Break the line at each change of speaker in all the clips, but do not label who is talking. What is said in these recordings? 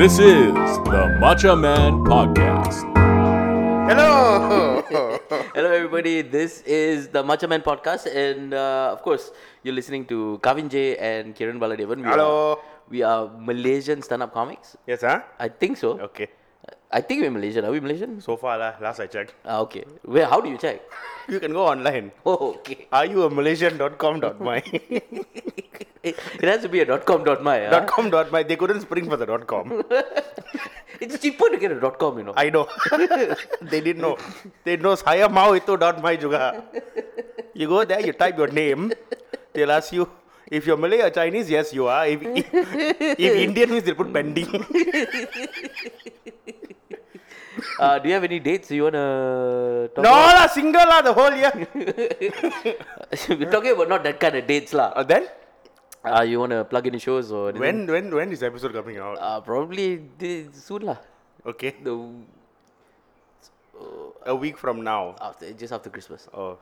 This is the Matcha Man Podcast.
Hello.
Hello, everybody. This is the Matcha Man podcast, and uh, of course, you're listening to Kavin J and Kiran Baladevan. We Are,
Hello.
we are Malaysian stand-up comics.
Yes, huh?
I think so.
Okay.
I think we're Malaysian. Are we Malaysian?
So far, lah, last I checked.
Ah, okay. Where? How do you check?
You can go online.
Oh, okay.
Are you a Malaysian.com.my?
It, it has to be a dot com dot my.
dot com dot my. They couldn't spring for the dot com.
It's cheaper to get a dot com, you know.
I know. they didn't know. They know saya mau itu dot my juga. You go there, you type your name. They'll ask you if you're Malay or Chinese. Yes, you are. If, if, if Indian means they'll put pending.
Uh, do you have any dates you wanna? Talk
no lah, single lah the whole year.
About? we're talking about not that kind of dates, lah.
Uh, then
Uh, you wanna plug any shows or anything?
when when when is the episode coming out?
Uh, probably thi- soon, lah.
Okay,
The
a week from now.
after just after Christmas.
Oh,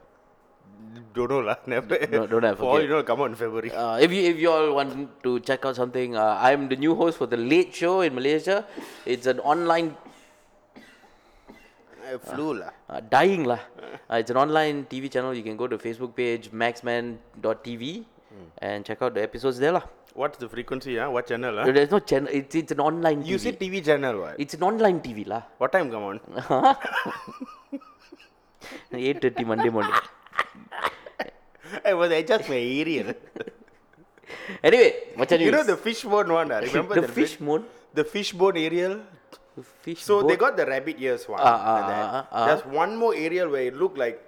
don't know lah. Never.
No, don't have,
For all
okay.
you know, come on February.
Uh, if you if you all want to check out something, uh, I'm the new host for the Late Show in Malaysia. It's an online
Uh, flu lah.
uh, dying lah. Uh, it's an online TV channel. You can go to Facebook page maxman.tv
Hmm.
and check out the episodes there lah.
What's the frequency? Huh? What channel? ah?
No,
Huh?
There's no channel. It's it's an online. TV.
You see TV channel what?
It's an online TV lah.
What time come on?
8:30 Monday morning.
I was I just my aerial.
Anyway, what's your
you know
news?
the fishbone one. I remember
the
that
fish
bit?
moon.
The fishbone aerial.
The fish.
So they
boat.
got the rabbit ears one. and
Ah, ah,
then
ah, ah, ah.
There's one more aerial where it looked like.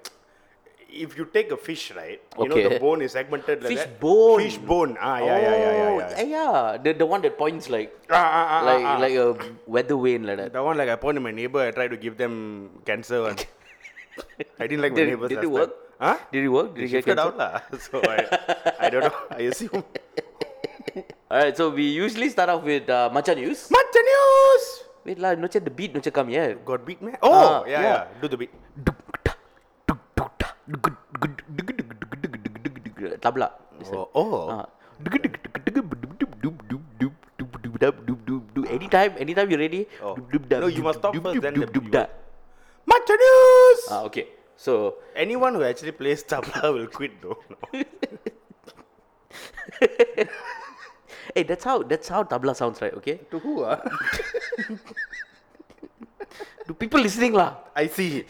If you take a fish, right? You know
Okay.
the bone is segmented like
Fish
that.
bone.
Fish bone. Ah, yeah, yeah, yeah, yeah,
Oh,
yeah.
eh, yeah. The the one that points like.
Ah, ah, ah, ah,
like
ah.
like a weather vane like that.
That one, like, I pointed my neighbor. I tried to give them cancer. And I didn't like my
Did-
neighbors.
did
last
it
time.
work?
Huh?
Did it work? Did
They
you get
shifted
cancelled?
out, lah. So I, I don't know. I assume.
All right, so we usually start off with uh, matcha news.
Matcha news.
Wait lah, no check the beat, no check come here.
Got beat, man. Oh,
Ah,
yeah,
yeah.
yeah, Do the beat.
Tabla.
Oh, oh.
Uh, anytime, anytime you're ready.
Oh. No, you must stop first, then the beat.
Da.
Matcha news.
Ah, okay. So
Anyone who actually plays tabla will quit, though. No.
Hey, that's how that's how tabla sounds, right? Okay.
to who? ah?
To people listening lah.
I see.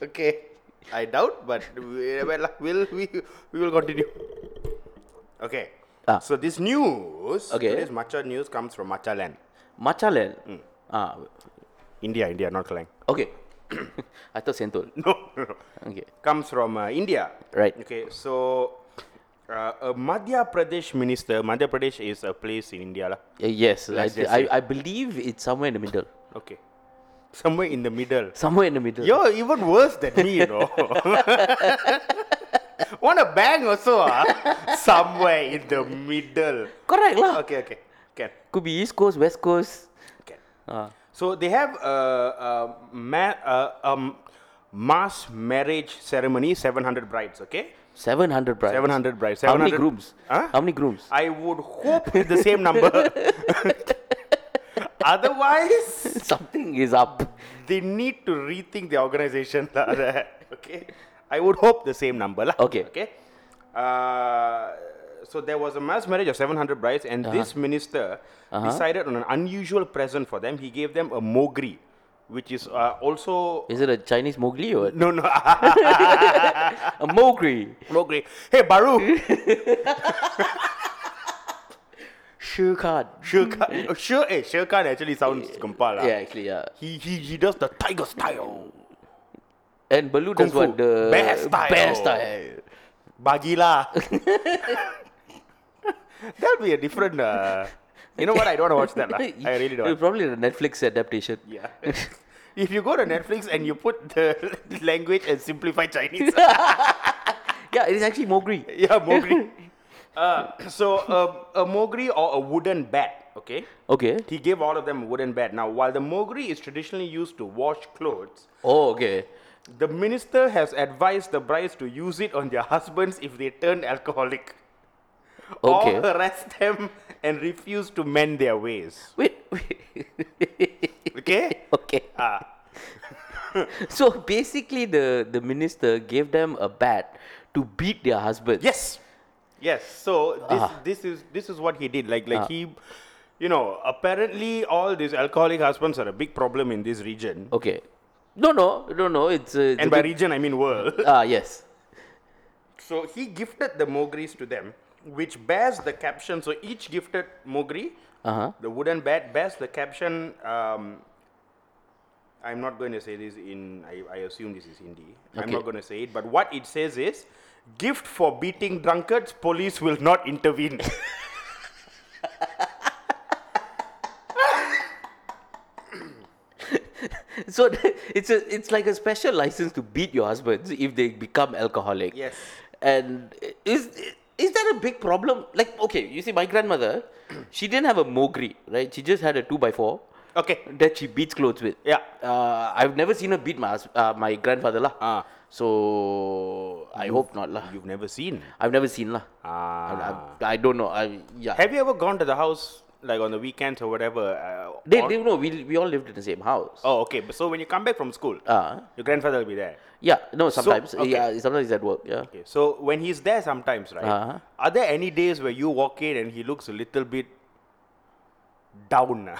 Okay. I doubt, but we, well, we'll, we, we will continue. Okay.
Ah.
So this news,
Okay.
today's matcha news comes from Matcha Land.
Matcha lel.
Hmm.
Ah,
India, India, not Klang.
okay. I thought sentol.
No, no, no.
Okay.
Comes from uh, India.
Right.
Okay, so uh, a Madhya Pradesh minister, Madhya Pradesh is a place in India. lah.
Uh, yes, I,
Let's just
I,
say.
I believe it's somewhere in the middle.
Okay. Somewhere in the middle.
Somewhere in the middle.
You're even worse than me, you know. Want a bang also, ah? Somewhere in the middle.
Correct lah.
Okay, okay. Can,
Could be East Coast, West Coast.
can.
Ah.
So they have a, a, ma- a, um, mass marriage ceremony, 700 brides, okay?
700 brides.
700 brides.
How
700
many grooms?
Huh?
How many grooms?
I would hope it's the same number. Otherwise,
Something is up.
they need to rethink the organization. lah, there. okay, I would hope the same number. lah.
Okay.
Okay. Uh, so there was a mass marriage of 700 brides,
Uh-huh.
and this minister decided on an unusual present for them. He gave them a mogri, which is uh, also
Is it a Chinese Mowgli or
no no
a Mowgli?
mogri. Hey Baru,
Shoe card.
Sher Khan, Sher, eh, Sher Khan actually sounds Gumpal. lah.
Yeah, actually, yeah.
He, he, he does the tiger style.
And Baloo does
Kung
what?
Fu.
The
Bear style.
Bear style.
Bagila. That'll be a different. Uh, you know what? I don't want to watch that. lah. I really
It's
don't.
Probably a Netflix adaptation.
Yeah. if you go to Netflix and you put the language and simplify Chinese,
Yeah, it is actually Mowgli.
yeah, Mowgli. Uh, so uh, a Mowgli or a wooden bat. Okay.
Okay.
He gave all of them a wooden bat. Now, while the Mowgli is traditionally used to wash clothes,
Oh, okay.
the minister has advised the brides to use it on their husbands if they turn alcoholic.
Okay.
or arrest them and refuse to mend their ways.
Wait, wait.
Okay?
okay.
Ah.
So basically, the, the minister gave them a bat to beat their husbands.
Yes. Yes. So this
Ah.
this is this is what he did. Like like
Ah.
he you know, apparently all these alcoholic husbands are a big problem in this region.
Okay. No, no, no, no. It's, uh, it's
And
a
by
Oh, big-
region I mean world.
ah yes.
So he gifted the mogris to them, which bears the caption. So each gifted mogri,
Uh huh.
the wooden bat, bears the caption. Um, I'm not going to say this in. I, I assume this is Hindi. I'm
Okay.
not going to say it. But what it says is, gift for beating drunkards. Police will not intervene.
So it's a, it's like a special license to beat your husbands if they become alcoholic.
Yes.
And is is that a big problem? Like okay, you see, my grandmother, she didn't have a mogri, right? She just had a two by four
okay.
that she beats clothes with.
Yeah.
Uh, I've never seen her beat my hus- uh, my grandfather lah.
Ah.
So I hope not lah.
You've never seen.
I've never seen lah. I,
Ah.
I, I don't know. I yeah.
Have you ever gone to the house like on the weekends or whatever? Uh,
they,
or-
they no. We we all lived in the same house.
Oh, okay. But so when you come back from school,
Uh,
your grandfather will be there.
yeah. No. Sometimes.
okay.
Yeah. Sometimes at work. Yeah.
Okay, so when he's there sometimes, right?
Uh-huh.
Are there any days where you walk in and he looks a little bit down? ah?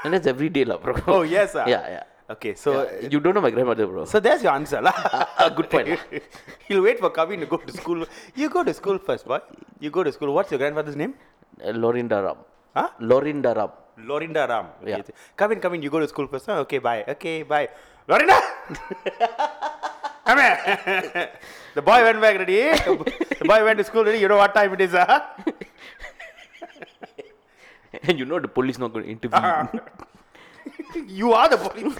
And that's every day, lah, bro.
oh yes, ah.
Yeah, yeah.
Okay, so
Yeah, you don't know my grandmother, bro.
so there's your answer, lah.
Ah, good point, lah.
He'll wait for Kavin to go to school. You go to school first, boy. You go to school. What's your grandfather's name?
Uh, Lorinda Ram.
Huh?
Lorinda Ram.
Lorinda Ram. Okay.
Yeah.
it's- Come in, come in. You go to school first. "Oh, okay, bye. Okay, bye. Lorinda! come here. the boy went back ready. the boy went to school ready. You know what time it is, huh?
And you know the police not going to intervene.
you are the police.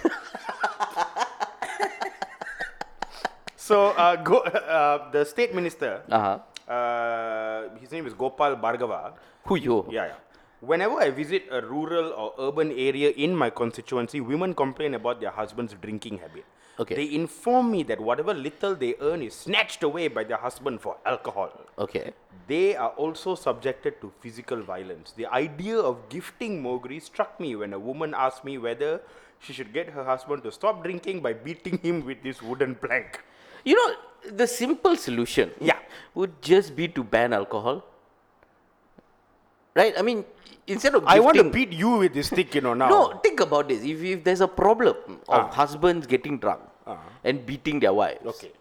so, uh, go, uh, the state minister,
Uh-huh.
uh, his name is Gopal Bhargava.
Who you?
Yeah, yeah. Whenever I visit a rural or urban area in my constituency, women complain about their husband's drinking habit.
Okay.
They inform me that whatever little they earn is snatched away by their husband for alcohol.
Okay.
They are also subjected to physical violence. The idea of gifting Mogri struck me when a woman asked me whether she should get her husband to stop drinking by beating him with this wooden plank.
You know, the simple solution
Yeah.
would just be to ban alcohol. Right? I mean, instead of
I want to
gifting-
beat you with this stick, you know, now.
No, think about this. If, if there's a problem
Ah.
of husbands getting drunk and beating their wives,
Okay.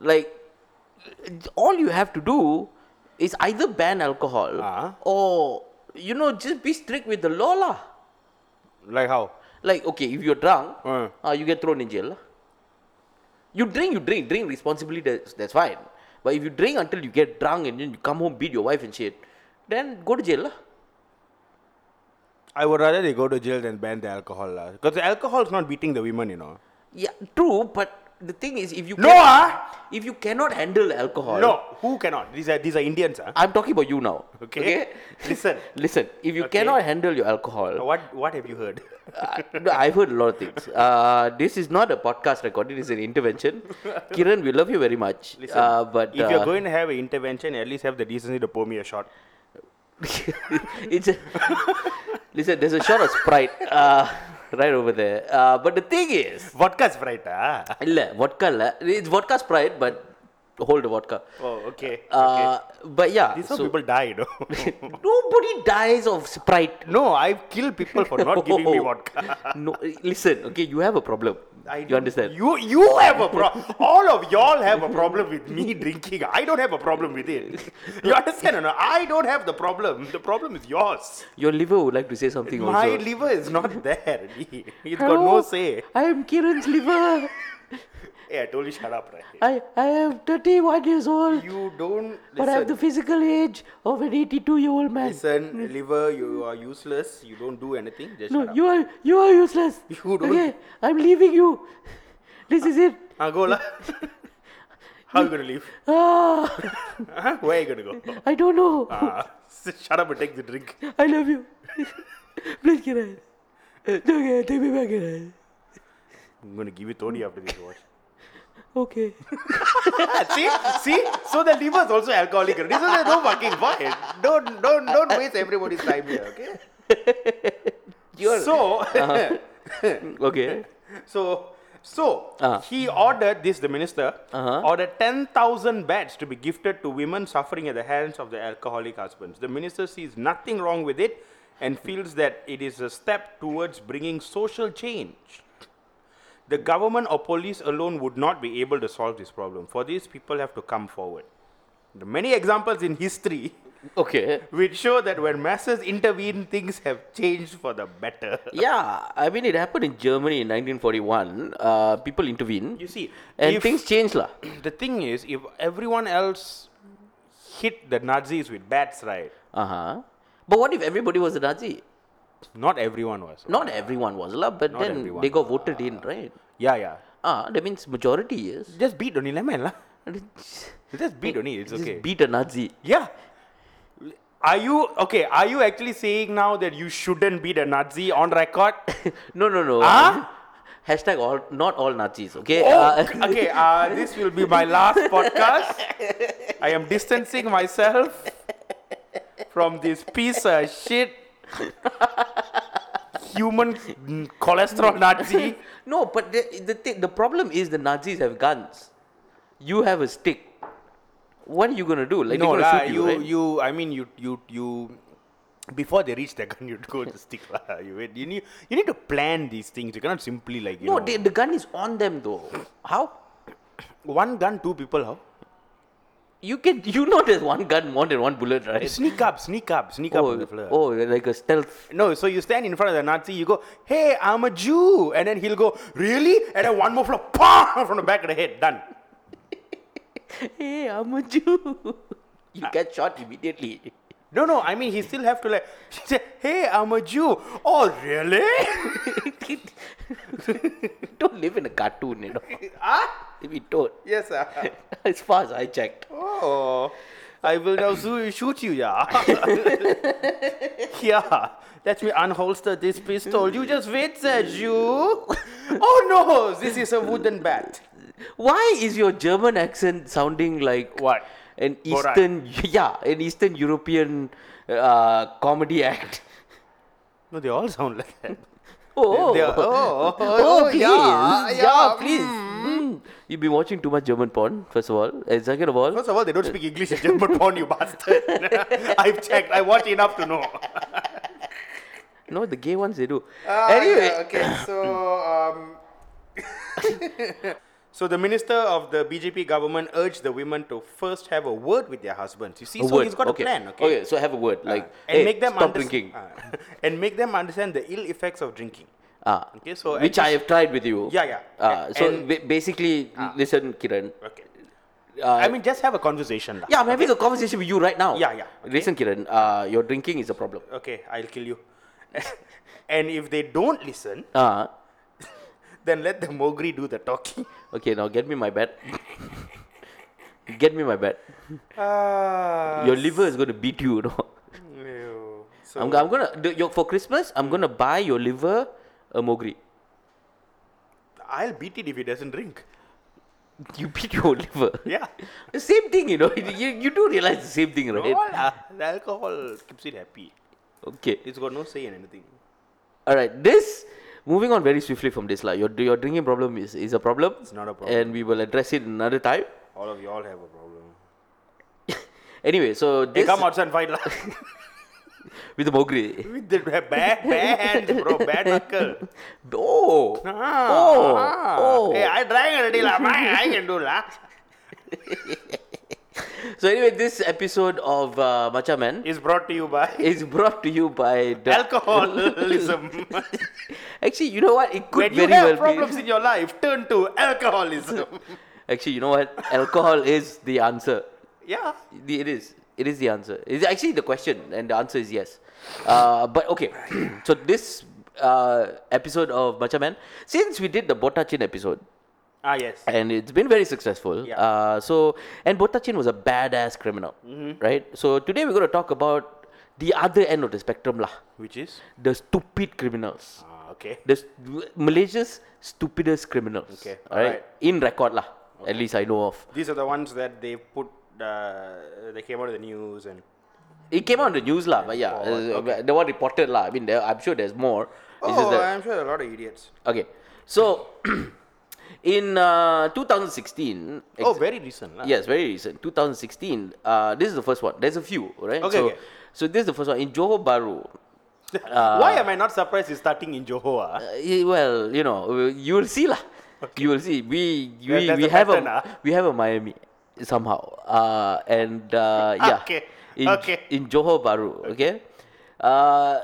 like all you have to do is either ban alcohol
Ah.
or you know just be strict with the law lah.
Like how?
Like okay, if you're drunk,
Uh.
uh, you get thrown in jail. lah. You drink, you drink, drink responsibly. That's that's fine. But if you drink until you get drunk and then you come home beat your wife and shit, then go to jail. lah.
I would rather they go to jail than ban the alcohol. Because the alcohol is not beating the women, you know.
Yeah, true. But the thing is, if you
No,
can-
ah!
if you cannot handle alcohol,
No, who cannot? These are these are Indians, huh?
I'm talking about you now.
Okay. Listen.
Listen, if you
Okay.
cannot handle your alcohol,
What what have you heard?
uh, no, I've heard a lot of things. Uh, this is not a podcast recording, it's an intervention. Kiran, we love you very much.
Listen,
uh, but
if you're
uh,
going to have an intervention, at least have the decency to pour me a shot.
it's a, listen, there's a shot of Sprite uh, right over there. Uh, but the thing is,
Vodka Sprite, ah.
illa, vodka, la, it's vodka Sprite, but hold the vodka.
Oh, okay. okay.
Uh, But yeah,
These are
so-
people die, you know.
nobody dies of Sprite.
no, I've killed people for not giving me vodka.
no, listen. Okay, you have a problem.
I
you
don't-
understand?
You you have a problem. All of y'all have a problem with me drinking. I don't have a problem with it. You understand or not? I don't have the problem. The problem is yours.
Your liver would like to say something
My
also.
liver is not there. It's got no say.
I am Kiran's liver.
Hey, I told you shut up, right?
I I am 31 years old,
You don't
but I have the
listen.
physical age of an 82 year old man.
Listen, liver, you are useless. You don't do anything. Just
no,
shut up.
you are you are useless.
You don't-
Okay, I'm leaving you. This is it.
Ah, go lah. How you gonna leave?
Ah,
Huh? Where you gonna go?
I don't know.
Ah, shut up and take the drink.
I love you. Please, Kiran. Okay, take me back, Kiran.
I'm gonna give you 30 after this watch.
Okay.
Ah, see, see. So the liver is also alcoholic. already. So there's no fucking point. Don't, don't, don't waste everybody's time here. Okay.
You're
So,
okay.
so, so
Uh-huh.
he ordered this. The minister
Uh-huh.
ordered ten thousand beds to be gifted to women suffering at the hands of their alcoholic husbands. The minister sees nothing wrong with it and feels that it is a step towards bringing social change. The government or police alone would not be able to solve this problem. For this, people have to come forward. There are many examples in history
Okay.
which show that when masses intervene, things have changed for the better.
Yeah, I mean it happened in Germany in 1941. Uh, people intervene.
You see,
and
if-
things change lah.
the thing is, if everyone else hit the Nazis with bats, right?
Uh huh. But what if everybody was a Nazi?
Not everyone was.
Not everyone was lah, but
Not
then
everyone.
they got voted in, right?
Yeah, yeah.
Ah, that means majority is.
Just beat only, lemon, lah. Just beat only. It's
Just
okay.
beat a Nazi.
Yeah. Are you okay? Are you actually saying now that you shouldn't beat a Nazi on record?
No, no, no.
Huh?
Hashtag all, not all Nazis, okay?
Ah? Oh,
Uh,
okay. Uh, this will be my last podcast. I am distancing myself from this piece of shit, human cholesterol Nazi.
no, but the, the, thing the problem is the Nazis have guns. You have a stick. What are you going to do? Like,
no
they're going
lah,
to shoot
you
you, right?
you. I mean, you you you. Before they reach the gun, you'd go to stick lah. You wait. You need you need to plan these things. You cannot simply like you
no,
know.
they, the gun is on them, though. How?
one gun, two people. How?
You can, you know there's one gun, more than one bullet, right?
Sneak up, sneak up, sneak up on the floor.
oh, oh, like a stealth.
No, so you stand in front of the Nazi, you go, hey, I'm a Jew. And then he'll go, really? And then one more floor, PAH! From the back of the head, done.
Hey, I'm a Jew.
Ah.
you get shot immediately.
No, no, I mean, he still have to like, say, hey, I'm a Jew. Oh, really?
don't live in a cartoon, you know.
ah?
We don't.
Yes, sir.
As far as I checked.
Oh, I will now soo- shoot you, yeah. yeah, let me unholster this pistol. You just wait, sir, Jew. Oh, no, this is a wooden bat.
Why is your German accent sounding like
What?
An
Borat.
Eastern, yeah, an Eastern European uh, comedy act.
No, they all sound like that.
Oh,
They are- oh, oh, oh,
please,
yeah, Hmm. yeah,
please. Mm. You've been watching too much German porn, first of all, and second of all,
First of all, they don't speak English in German porn, you bastard. I've checked. I watch enough to know.
no, the gay ones they do. anyway,
Ah, okay, so. Um, so the minister of the BJP government urged the women to first have a word with their husbands. You see,
a
so
word.
he's got
okay.
a plan, okay? Ah,
so have a word like
And
hey,
make them
stop
unders-
drinking.
uh, and make them understand the ill effects of drinking.
Ah,
Okay, so at
which I have tried with you.
Yeah, yeah.
Ah,
A-
so
and- Ah.
ba- basically, listen, Kiran.
Okay.
Uh,
I mean, just have a conversation. lah.
yeah, I'm having a conversation with you right now.
Yeah, yeah, okay.
Listen, Kiran. Uh, your drinking is a problem.
Okay, I'll kill you. and if they don't listen,
Ah,
then let the Mogri do the talking.
okay. Now get me my bed. get me my bed.
Ah.
Your liver is going to beat you. you know.
Ew. So,
I'm, I'm gonna the, your, for Christmas. I'm gonna buy your liver uh, a mogri.
I'll beat it if he doesn't drink.
You beat your liver.
Yeah.
The same thing, you know. You, you do realize the same thing, right?
All, uh, the alcohol keeps it happy.
Okay.
It's got no say in anything.
All right, this moving on very swiftly from this lah. Your your drinking problem is is a problem. It's
not a problem.
and we will address it another time.
All of y'all have a problem.
Anyway, so
They
this
come outside and fight la.
with the mogri.
with the bad, bad hands, bro. Bad knuckle.
Oh,
Ah,
oh,
ah.
oh.
Hey, I drank already la. My, I can do la.
So anyway, this episode of uh, Macha Man
Is brought to you by
is brought to you by the
alcoholism.
Actually, you know what? It
when
could
you
very
have
well
problems
be.
in your life, turn to alcoholism.
Actually, you know what? Alcohol is the answer.
yeah.
The- It is. It is the answer. It's actually the question, and the answer is yes. Uh, but okay, so this uh, episode of Macha Man, since we did the Bota Chin episode,
Ah yes.
and it's been very successful.
Yeah.
Uh, so, and Bota Chin was a badass criminal,
Mm-hmm.
right? So today we're going to talk about the other end of the spectrum, lah.
Which is?
The stupid criminals.
Ah, okay.
The st- Malaysia's stupidest criminals.
Okay,
All right.
alright.
In record, lah. At least I know of.
These are the ones that they put. Uh, they came out of the news and
It came out in the news, lah. But yeah, uh, the one reported, lah. I mean, there, I'm sure there's more. It's just
Oh,
that-
I'm sure there are a lot of idiots.
Oh.
okay, so in uh, 2016.
Oh,
ex-
very recent. lah.
Yes, very recent. 2016. Uh, this is the first one. There's a few, right?
Okay,
So,
okay.
so this is the first one in Johor Bahru.
Why am I not surprised it's starting in Johor? ah?
Uh, eh, well, you know, you will see lah. You will see. We we,
there's
we
a
have
pattern, ah.
a we have a Miami somehow. Uh, and uh, yeah.
Okay,
In,
okay.
In Johor Bahru, okay. Uh,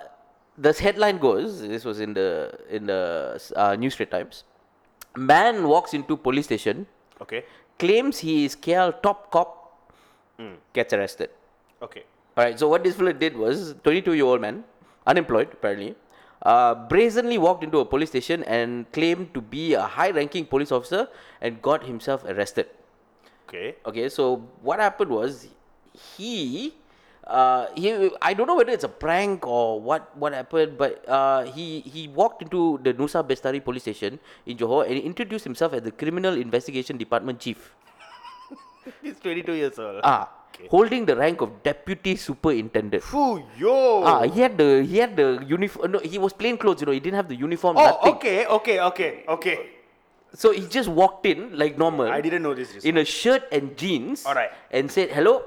this headline goes. This was in the in the uh, New Straits Times. Man walks into police station,
Okay.
claims he is KL top cop,
Hmm.
gets arrested.
Okay.
All right. So what this fella did was 22-year-old man, unemployed apparently, uh, brazenly walked into a police station and claimed to be a high-ranking police officer and got himself arrested.
Okay.
Okay. So what happened was he. Uh, he, I don't know whether it's a prank or what, what happened, but uh, he he walked into the Nusa Bestari police station in Johor and introduced himself as the Criminal Investigation Department Chief.
He's 22 years old.
Ah, holding the rank of Deputy Superintendent.
Phew, yo.
Ah, he had the he had the uniform. No, he was plain clothes. You know, he didn't have the uniform.
oh,
nothing.
okay, okay, okay, okay.
So he just walked in like normal.
I didn't know this.
In a shirt and jeans.
Alright.
And said, "Hello,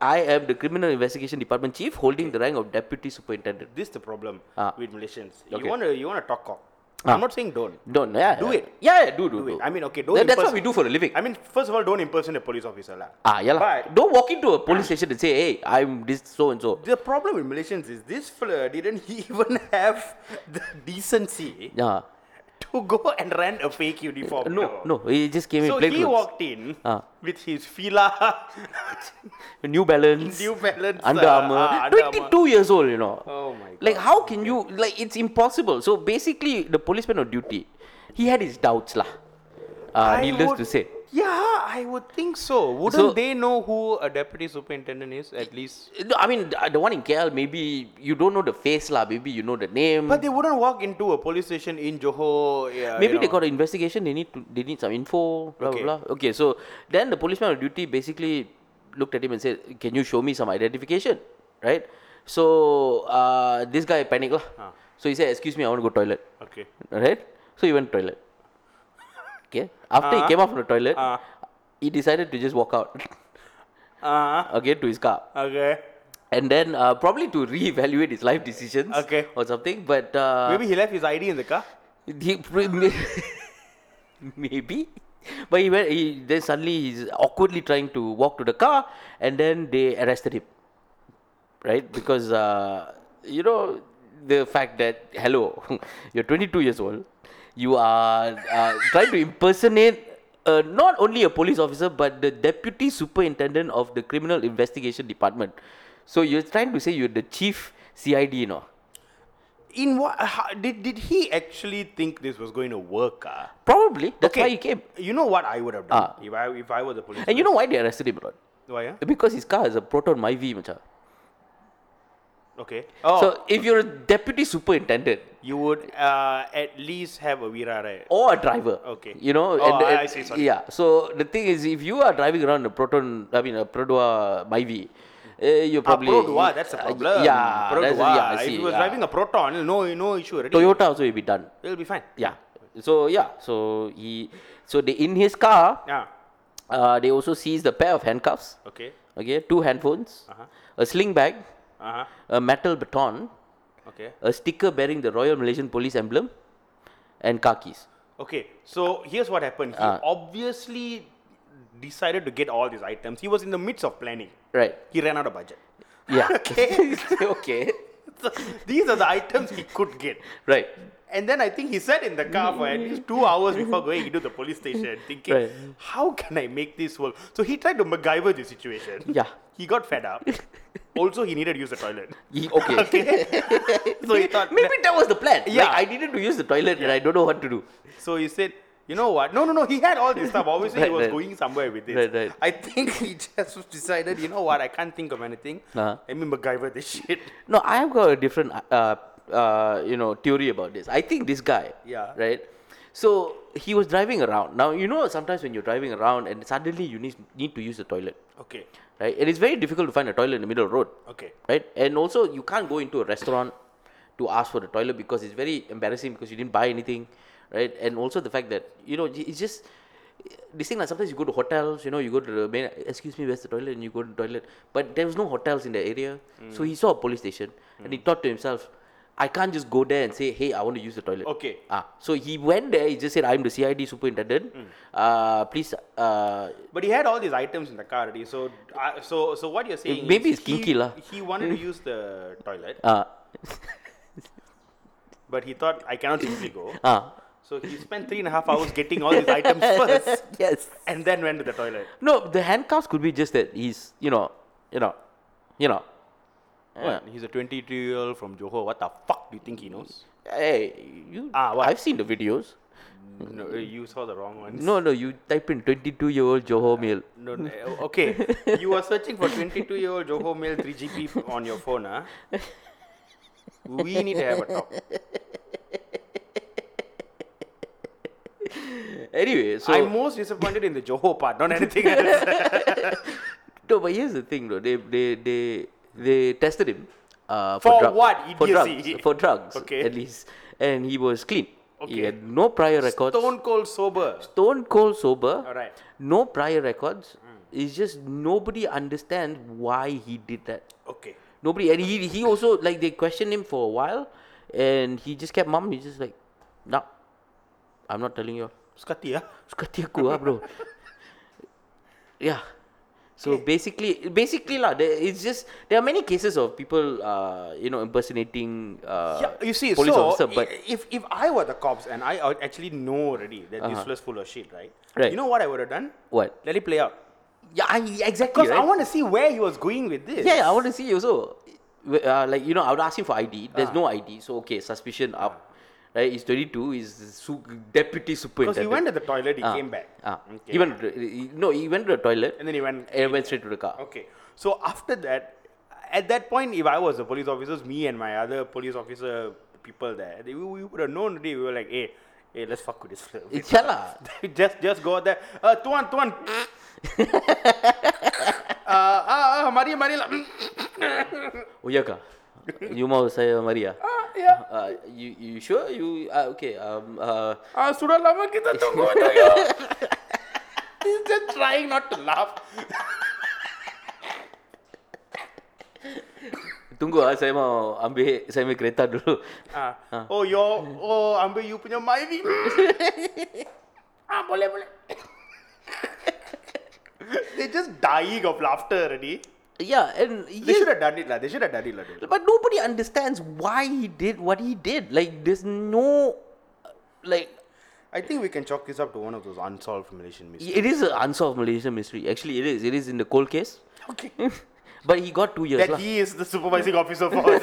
I am the Criminal Investigation Department Chief, holding the rank of Deputy Superintendent."
this is the problem
Ah.
with Malaysians.
Okay.
You want to you want to talk cock.
Ah.
I'm not saying don't.
Don't yeah.
Do
yeah.
it.
Yeah, yeah, do do,
Do it.
do.
I mean, okay, don't.
That- that's what
imperson-
we do for a living.
I mean, first of all, don't impersonate a police officer, lah.
ah, yeah, lah.
But-
Don't walk into a police station and say, "Hey, I'm this so and so."
The problem with Malaysians is this fella didn't even have the decency
Yeah.
to go and rent a fake uniform.
No, no. He just came
So
in plain
he
clothes.
walked in
Ah.
with his Fila.
New Balance.
New Balance,
Under
uh,
Armour.
ah, Under Armour.
22 years old, you know.
Oh my
Like, how can you, like, it's impossible. So, basically, the policeman on duty, he had his doubts, lah. Uh,
I
needless to
would-
say.
Yeah, I would think so. Wouldn't
So-
they know who a deputy superintendent is at least?
No, I mean, uh, the one in KL, maybe you don't know the face, lah. Maybe you know the name.
But they wouldn't walk into a police station in Johor. Yeah,
Maybe
you
they
know.
got an investigation. They need to. They need some info. Blah
Okay.
blah blah. Okay, so then the policeman on duty basically looked at him and said, "Can you show me some identification?" Right. So uh, this guy panicked lah. So he said, "Excuse me, I want to go toilet."
Okay.
Right. So he went toilet. Okay. After he
Uh-huh.
came out from the toilet,
Uh.
he decided to just walk out
Uh,
again to his car
okay.
and then uh, probably to reevaluate his life decisions
Okay.
or something. But uh,
Maybe he left his ID in the car.
He, pr- may- maybe. But he went, he, then suddenly he's awkwardly trying to walk to the car and then they arrested him. Right? Because, uh, you know, the fact that, hello, you're 22 years old, you are uh, trying to impersonate uh, not only a police officer but the deputy superintendent of the criminal investigation department. So you're trying to say you're the chief CID, you know.
In what? How, did did he actually think this was going to work? Ah,
Probably. That's why he came.
You know what I would have done
Ah.
if I if I was a police.
And you know why they arrested him or not?
why? ah?
Because his car is a Proton My V, macha.
Okay. Oh,
So if you're a deputy superintendent
you would uh, at least have a Vira, right?
or a driver,
Okay.
you know,
Oh, I- I see, sorry.
yeah. So the thing is, if you are driving around a Proton, I mean a Prodoa My V, uh, you're probably
Produa, Ah, that's a
uh,
problem.
yeah,
Produa.
that's- yeah, I
if
see,
he was
yeah.
driving a Proton, no, no issue already.
Toyota also will be done.
It'll be fine.
Yeah. So yeah, so he, so they in his car,
Yeah.
uh, they also seized a pair of handcuffs,
Okay.
okay, two handphones,
Uh-huh.
a sling bag,
Uh huh.
a metal baton,
Okay.
a sticker bearing the Royal Malaysian Police emblem, and car keys.
Okay. So here's what happened. He
Ah.
obviously decided to get all these items. He was in the midst of planning.
Right.
He ran out of budget.
Yeah.
Okay.
okay.
So these are the items he could get.
Right.
And then I think he sat in the car for at least two hours before going into the police station, thinking,
Right.
how can I make this work? So he tried to MacGyver the situation.
Yeah.
He got fed up. also, he needed to use the toilet.
Ye- okay.
So he thought,
Maybe that was the plan.
Yeah.
Like, I needed to use the toilet and I don't know what to do.
so he said, you know what? No, no, no. He had all this stuff. Obviously,
Right,
he was
right.
going somewhere with this.
Right, right.
I think he just decided, you know what? I can't think of anything.
Uh-huh.
Let me MacGyver this shit.
No, I have got a different, uh, uh, you know, theory about this. I think this guy,
Yeah.
right, So he was driving around. Now you know sometimes when you're driving around and suddenly you need need to use the toilet,
Okay.
right? And it's very difficult to find a toilet in the middle of the road,
Okay.
right? And also you can't go into a restaurant to ask for the toilet because it's very embarrassing because you didn't buy anything, right? And also the fact that you know j- it's just this thing like sometimes you go to hotels, you know, you go to the main. Excuse me, where's the toilet? And you go to the toilet, but there was no hotels in the area,
Hmm.
so he saw a police station and he thought to himself. I can't just go there and say, "Hey, I want to use the toilet."
Okay.
Ah, so he went there. He just said, "I'm the CID superintendent.
Hmm.
Uh, please, uh,
But he had all these items in the car already. So, uh, so, so what you're saying?
Maybe
is
it's
he-
kinky lah.
He wanted to use the toilet,
uh,
but he thought I cannot simply go.
uh.
So he spent three and a half hours getting all these items first,
yes."
and then went to the toilet.
No, the handcuffs could be just that he's, you know, you know, you know. Yeah.
What? He's a 22-year-old from Johor. What the fuck do you think he knows?
Hey, you.
Ah, what?
I've seen the videos.
No, you saw the wrong ones.
Mm. No, no, you type in 22 year old
Ah.
Johor male.
No, no, eh, okay. you are searching for 22 year old Joho male 3GP on your phone, huh? We need to have a talk.
Anyway, so.
I'm most disappointed in the Joho part, not anything else.
no, but here's the thing though. They, they, they, they tested him. Uh, for
For
drug-
what
For drugs.
idiocy?
For drugs,
Okay.
at least. And he was clean. He
Okay.
had no prior records.
Stone cold sober.
Stone cold sober.
Alright. Mm.
No prior records. It's just nobody understands why he did that.
Okay.
Nobody, and he, he also like they questioned him for a while, and he just kept mum. He's just like, no, I'm not telling you.
Scotty, huh?
Skatiaku, ah, bro. yeah. So basically, basically lah, there, it's just there are many cases of people, uh, you know, impersonating. Uh,
yeah, you see,
police
so
officer, but
i- if if I were the cops and I al- actually know already that this was full of shit, right?
Uh-huh. Right.
You know what I would have done?
what?
Let it play out.
Yeah, I, exactly.
Because
right?
I want to see where he was going with this.
Yeah, I want to see also. Wh- Uh, like you know, I would ask him for ID. There's
Ah.
no ID, so okay, suspicion up. Right, he's 22. He's su- deputy
Because
superintendent.
he went to the toilet, he
Ah,
came back.
ah. Eh,
Okay.
He went. to the- he- no, he went to the toilet
and then he went
and went straight to the car.
Okay. So after that, at that point, if I was the police officers, me and my other police officer people there, they, we, we would have known already. We were like, hey, hey, let's fuck with this.
Eh, Chal lah.
just just go out there. Uh, tuan, tuan. uh, ah, ah, mari, mari. lah.
Oh yeah, ka. You mau saya Maria.
ah, ya.
Uh, you you sure you uh, okay? Um uh,
Ah, sudah lama kita tunggu tayo. He's just trying not to laugh.
tunggu ah saya mau ambil saya ambil kereta dulu.
Ah. Oh, yo, oh, ambil you punya Myvi. ah, boleh, boleh. They're just dying of laughter already.
Yeah, and
They
yes,
should have done it lah. They should have done it lah. dude.
but nobody understands why he did what he did. Like there's no uh, like
I think we can chalk this up to one of those unsolved Malaysian mysteries.
it is an unsolved Malaysian mystery. Actually, it is. It is in the cold case.
Okay.
But he got two years.
That
lah.
he is the supervising officer for us.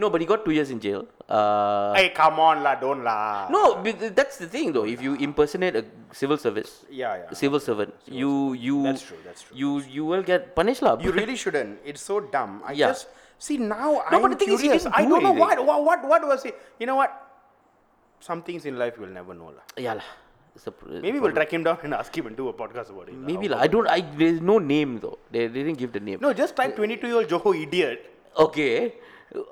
no, but he got two years in jail. Uh,
hey, come on lah, don't lah.
No, but th- that's the thing though. If you impersonate a civil service,
Yeah, yeah.
a civil servant, you you
That's true, that's true,
You you will get punished lah.
You really shouldn't. It's so dumb. I
Yeah.
just see now.
No,
I'm
but the thing is,
curious.
he didn't
I
do
don't know what,
anything.
what what what was it. You know what? Some things in life you'll never know lah.
yeah lah. It's a pr-
Maybe we'll track him down and ask him and do a podcast about it. lah.
maybe lah. I don't. I there's no name though. They, they didn't give the name.
No, just type 22 year old Joho idiot.
Okay.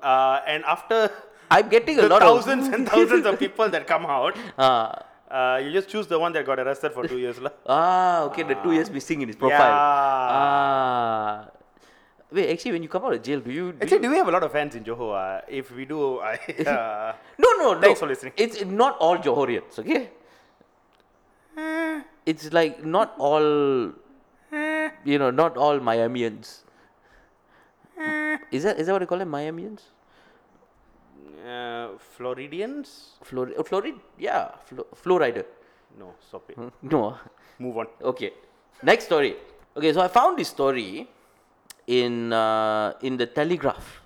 Uh, and after
I'm getting a
the
lot
thousands
of
and thousands of people that come out,
Ah
uh, you just choose the one that got arrested for two years. lah.
ah okay. the two years missing in his profile.
Yeah.
Ah. Wait, actually, when you come out of jail, do you? Do
Actually, do we have a lot of fans in Johor? Uh, if we do, I, uh,
No, no, no.
Thanks for listening.
It's not all Johorians, okay? It's like not all, you know, not all Miamians. Is that is that what they call them, Miamians?
uh, Floridians?
Flor- oh, Florid, yeah, Flo- Florida.
No, stop it.
No,
Move on.
okay. Next story. Okay, so I found this story in uh, in the Telegraph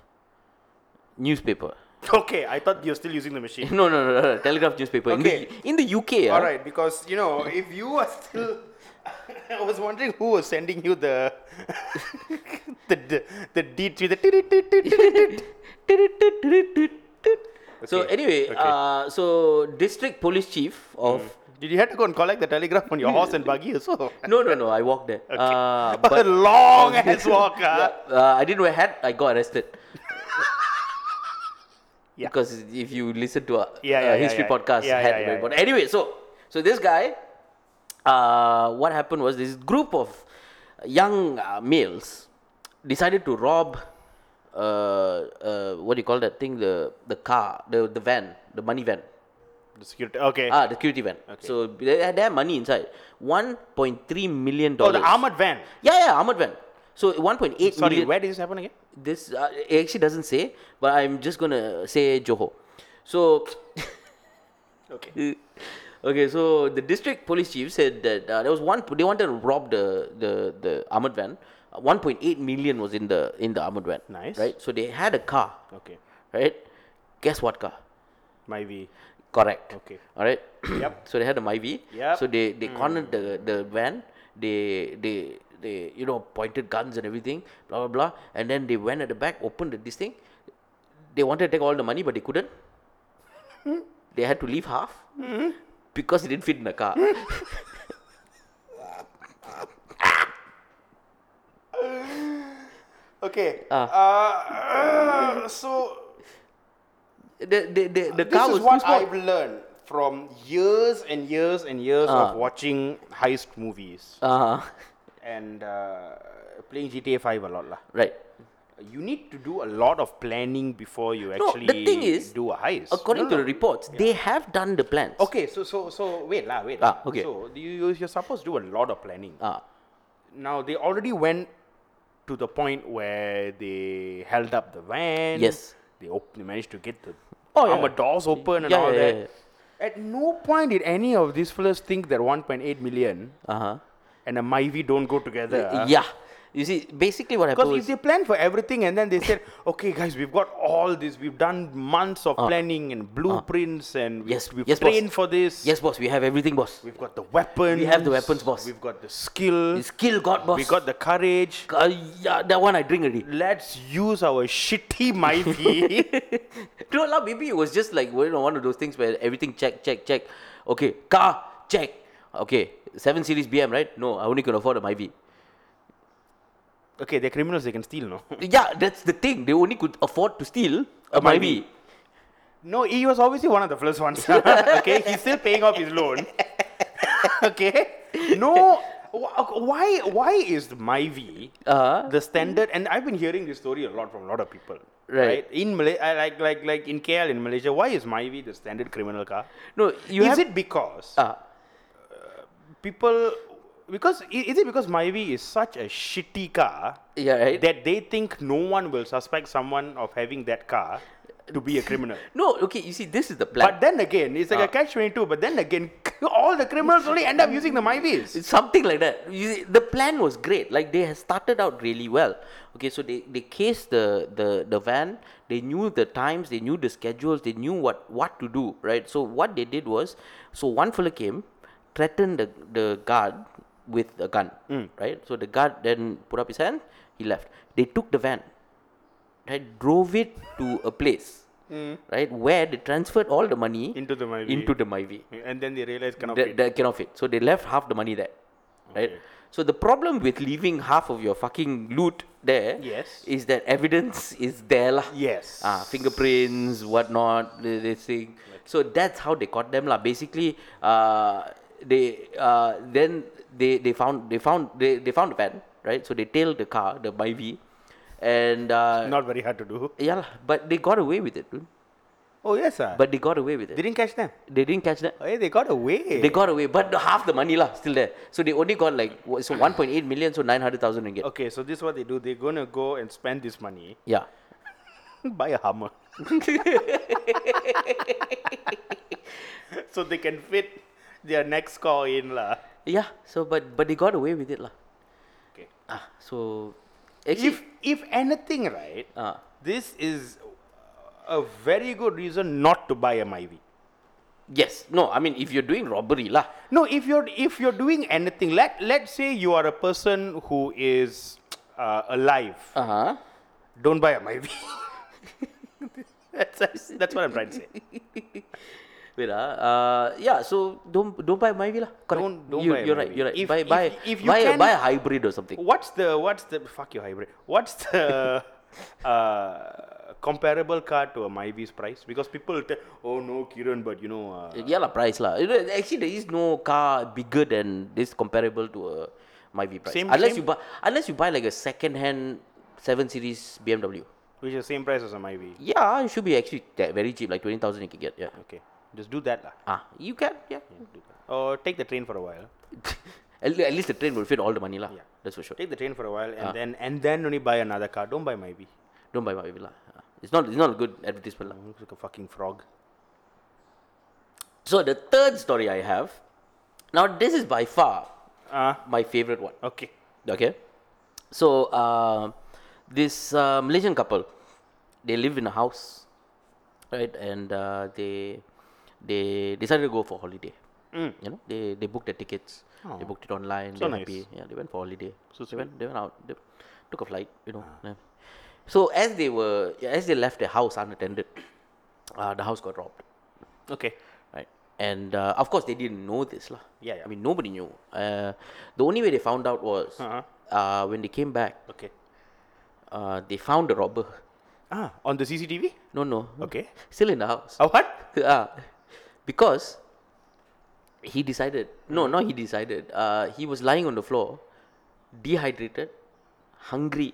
newspaper.
Okay, I thought you're still using the machine.
No, no, no, no, no, Telegraph newspaper
Okay.
in the in the UK. ah.
All right, because you know, if you are still, I was wondering who was sending you the the the, the D three the.
So
Okay,
anyway,
okay. Mm.
uh, so district police chief of
Did you have to go and collect the telegraph on your horse and buggy also?
no no no I walked there.
a
Uh, but
long ass walk, huh?
yeah, uh, I didn't wear hat. I got arrested.
Yeah.
Because if you listen to a,
Yeah,
a
yeah, yeah,
history
yeah.
podcast,
Yeah,
hat
yeah,
very
yeah,
important. Anyway, so so this guy, uh, what happened was this group of young uh, males decided to rob. Uh, uh, what do you call that thing? The the car, the the van, the money van.
The security. Okay.
Ah, the security van. So they had their money inside. One point three million
oh,
dollars.
the armored van.
Yeah, yeah, armored van. So 1.8 million.
Sorry, where did this happen again?
This uh, it actually doesn't say, but I'm just gonna say Johor. So. okay. Okay, so the district police chief said that uh, there was one. They wanted to rob the the the armored van. Uh, 1.8 million was in the in the armored van.
Nice.
Right. So they had a car.
Okay.
Right. Guess what car?
My V.
Correct.
Okay.
All right.
Yep.
So they had a Myvi.
Yep. Hmm.
So they they cornered the the van. They they they you know pointed guns and everything. Blah blah blah. And then they went at the back, opened the, this thing. They wanted to take all the money, but they couldn't. they had to leave half
Hmm.
because it didn't fit in the car.
Okay. Uh,
Ah.
so
the the the, the
this
car
is
was too
what
small.
I've learned from years and years and years
Ah.
of watching heist movies
Uh,
and uh, playing GTA 5 a lot. lah.
right.
You need to do a lot of planning before you
No,
actually
the thing is,
do a heist.
according
No,
to
no.
the reports, they have done the plans.
Okay, so so so wait lah, wait.
Ah,
lah.
okay.
So you you're supposed to do a lot of planning.
Ah,
Now they already went to the point where they held up the van.
Yes.
They, op- they managed to get the
Oh, yeah.
armored doors open and
Yeah,
all
yeah,
that.
yeah,
At no point did any of these fellas think that 1.8 million
uh huh.
and a Myvi don't go together. ah.
yeah. You see, basically what happened
Because
was
if they planned for everything and then they said, okay, guys, we've got all this. We've done months of planning and blueprints and we,
Uh, Yes,
we've
yes, boss.
trained for this.
Yes, boss. We have everything, boss.
We've got the weapons.
We have the weapons, boss.
We've got the skill.
The skill got, boss.
We got the courage.
Uh, yeah, that one I drink already.
Let's use our shitty Myvi.
No, lah, maybe it was just like you know, one of those things where everything check, check, check. Okay, car, check. Okay, 7 Series BM, right? No, I only can afford a Myvi.
okay, they're criminals. They can steal, no?
Yeah, that's the thing. They only could afford to steal a,
A Myvi.
Myvi.
No, he was obviously one of the first ones. okay, he's still paying off his loan. okay, no. wh- Why? Why is Myvi
Uh-huh.
the standard? And I've been hearing this story a lot from a lot of people.
Right.
in Malaysia, like like like in KL in Malaysia, why is Myvi the standard criminal car?
No, you
is
have.
it because
Ah,
people? Because i- is it because Myvi is such a shitty car?
yeah, right?
that they think no one will suspect someone of having that car to be a criminal.
no, okay, you see, this is the plan.
But then again, it's like a catch 22, but then again, all the criminals only end up using the MyVs.
It's something like that. You see, the plan was great. Like they had started out really well. Okay, so they, they cased the, the, the van. They knew the times. They knew the schedules. They knew what, what to do, right? So what they did was, so one fella came, threatened the, the guard with a gun,
Hmm.
right? So the guard then put up his hand. He left. They took the van, right? Drove it to a place, right? Where they transferred all the money
Hmm. Into the Myvi.
into the Myvi
And then they realize cannot
that, that cannot fit. So they left half the money there, right? So the problem with leaving half of your fucking loot there is
Yes.
that evidence is there lah.
Yes.
Ah, fingerprints, whatnot, th- this thing. So that's how they caught them lah. Basically, uh, they uh, then they, they found they found they, they found the van, right? So they tailed the car, the Myvi, and uh,
Not very hard to do.
yeah, lah, but they got away with it, dude.
Oh, yes, sir.
But they got away with it.
they didn't catch them.
they didn't catch that.
Hey, they got away.
They got away, but the- half the money lah still there. So they only got like wha- so 1.8 million, so 900,000 ringgit.
okay, so this is what they do. They're going to go and spend this money.
Yeah.
Buy a hammer. so they can fit their next call in. La.
Yeah. So but but they got away with it lah.
Okay.
Ah, so actually
If, if anything, right,
ah,
This is a very good reason not to buy a Myvi.
yes. No, I mean if you're doing robbery lah.
No, if you're if you're doing anything, let let's say you are a person who is uh, alive,
Uh-huh.
don't buy a Myvi. that's, that's, that's what I'm trying to say.
Wait, ah, uh, yeah. So don't don't buy Myvi lah. Correct.
Don't- don't
you,
buy a
You're right.
Myvi.
You're right.
If-
buy
if-
buy
if you
buy, a-
can- Uh-huh.
buy a hybrid or something.
What's the what's the fuck your hybrid? What's the uh, comparable car to a Myvi's price? Because people tell, oh no, Kiran, but you know, uh,
Yeah lah, price lah. You know, actually, there is no car bigger than this comparable to a Myvi price.
Same-
unless
same-
you buy unless you buy like a second hand seven series BMW.
which is the same price as a Myvi.
Yeah, it should be actually that very cheap, like twenty thousand you can get. Yeah.
Okay, just do that lah.
Ah, you can. Yeah.
Do that. Or take the train for a while.
at, le- at least the train will fit all the money lah. Yeah. That's for sure.
Take the train for a while, and then and then only buy another car. Don't buy Myvi.
Don't buy Myvi lah. Ah, It's not it's not a good advertisement lah.
Looks like a fucking frog.
So the third story I have. Now this is by far
Ah,
my favorite one.
okay.
Okay. So uh, this uh, Malaysian couple, they live in a house, right? And uh, they they decided to go for holiday. You know, they they booked their tickets. They booked it online.
Mm. Oh. So
they're
nice.
happy. Yeah, they went for holiday. So they went they went out. They took a flight. You know.
Ah.
yeah. So as they were as they left their house unattended, uh, the house got robbed
Okay.
right? And uh, of course, they didn't know this, lah.
Yeah, yeah.
I mean, nobody knew. Uh, the only way they found out was
Uh-huh.
uh, when they came back.
Okay.
Uh, they found the robber.
Ah, on the CCTV.
No, no.
Okay.
Still in the house.
Oh, what?
Ah, because he decided. No,
Mm.
not he decided. Uh, he was lying on the floor, dehydrated, hungry,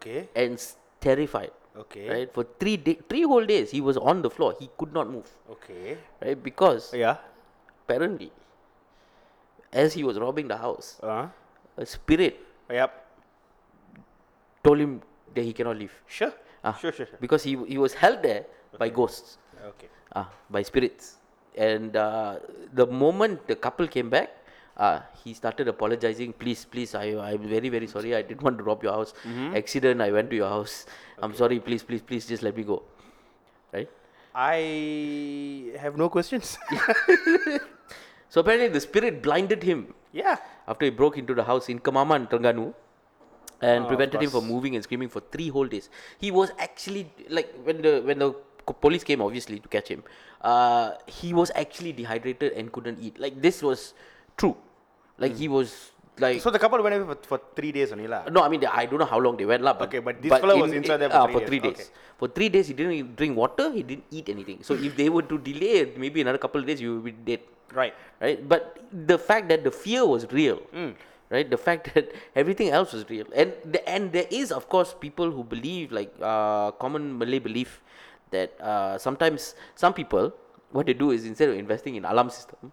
Okay.
and s- terrified.
Okay.
Right for three day, three whole days, he was on the floor. He could not move.
Okay.
Right because
Yeah.
apparently, as he was robbing the house,
Uh.
a spirit
Yep.
told him that he cannot leave.
Sure.
Ah,
Sure. Sure. Sure.
Because he, he was held there by ghosts,
Okay.
ah, by spirits. And uh, the moment the couple came back, uh, he started apologizing. Please, please, I, I'm very, very sorry. I didn't want to rob your house.
Mm-hmm.
Accident, I went to your house. I'm sorry. Please, please, please, just let me go. Right?
I have no questions.
So apparently, the spirit blinded him
yeah.
after he broke into the house in Kamama and Terengganu and
Ah, of
prevented him from moving and screaming for three whole days. He was actually like when the when the co- police came obviously to catch him, uh, he was actually dehydrated and couldn't eat. Like this was true. Like he was like
Hmm. So the couple went away for, for three days only lah.
no, I mean I don't know how long they went lah. But
Okay, but this fella was inside there for
ah,
three
for
days.
three days.
Okay.
For three days, he didn't even drink water. He didn't eat anything. So if they were to delay it, maybe another couple of days, you would be dead
Right.
right but the fact that the fear was real
Hmm.
right the fact that everything else was real and the, and there is of course people who believe like uh, common malay belief that uh, sometimes some people what they do is instead of investing in alarm system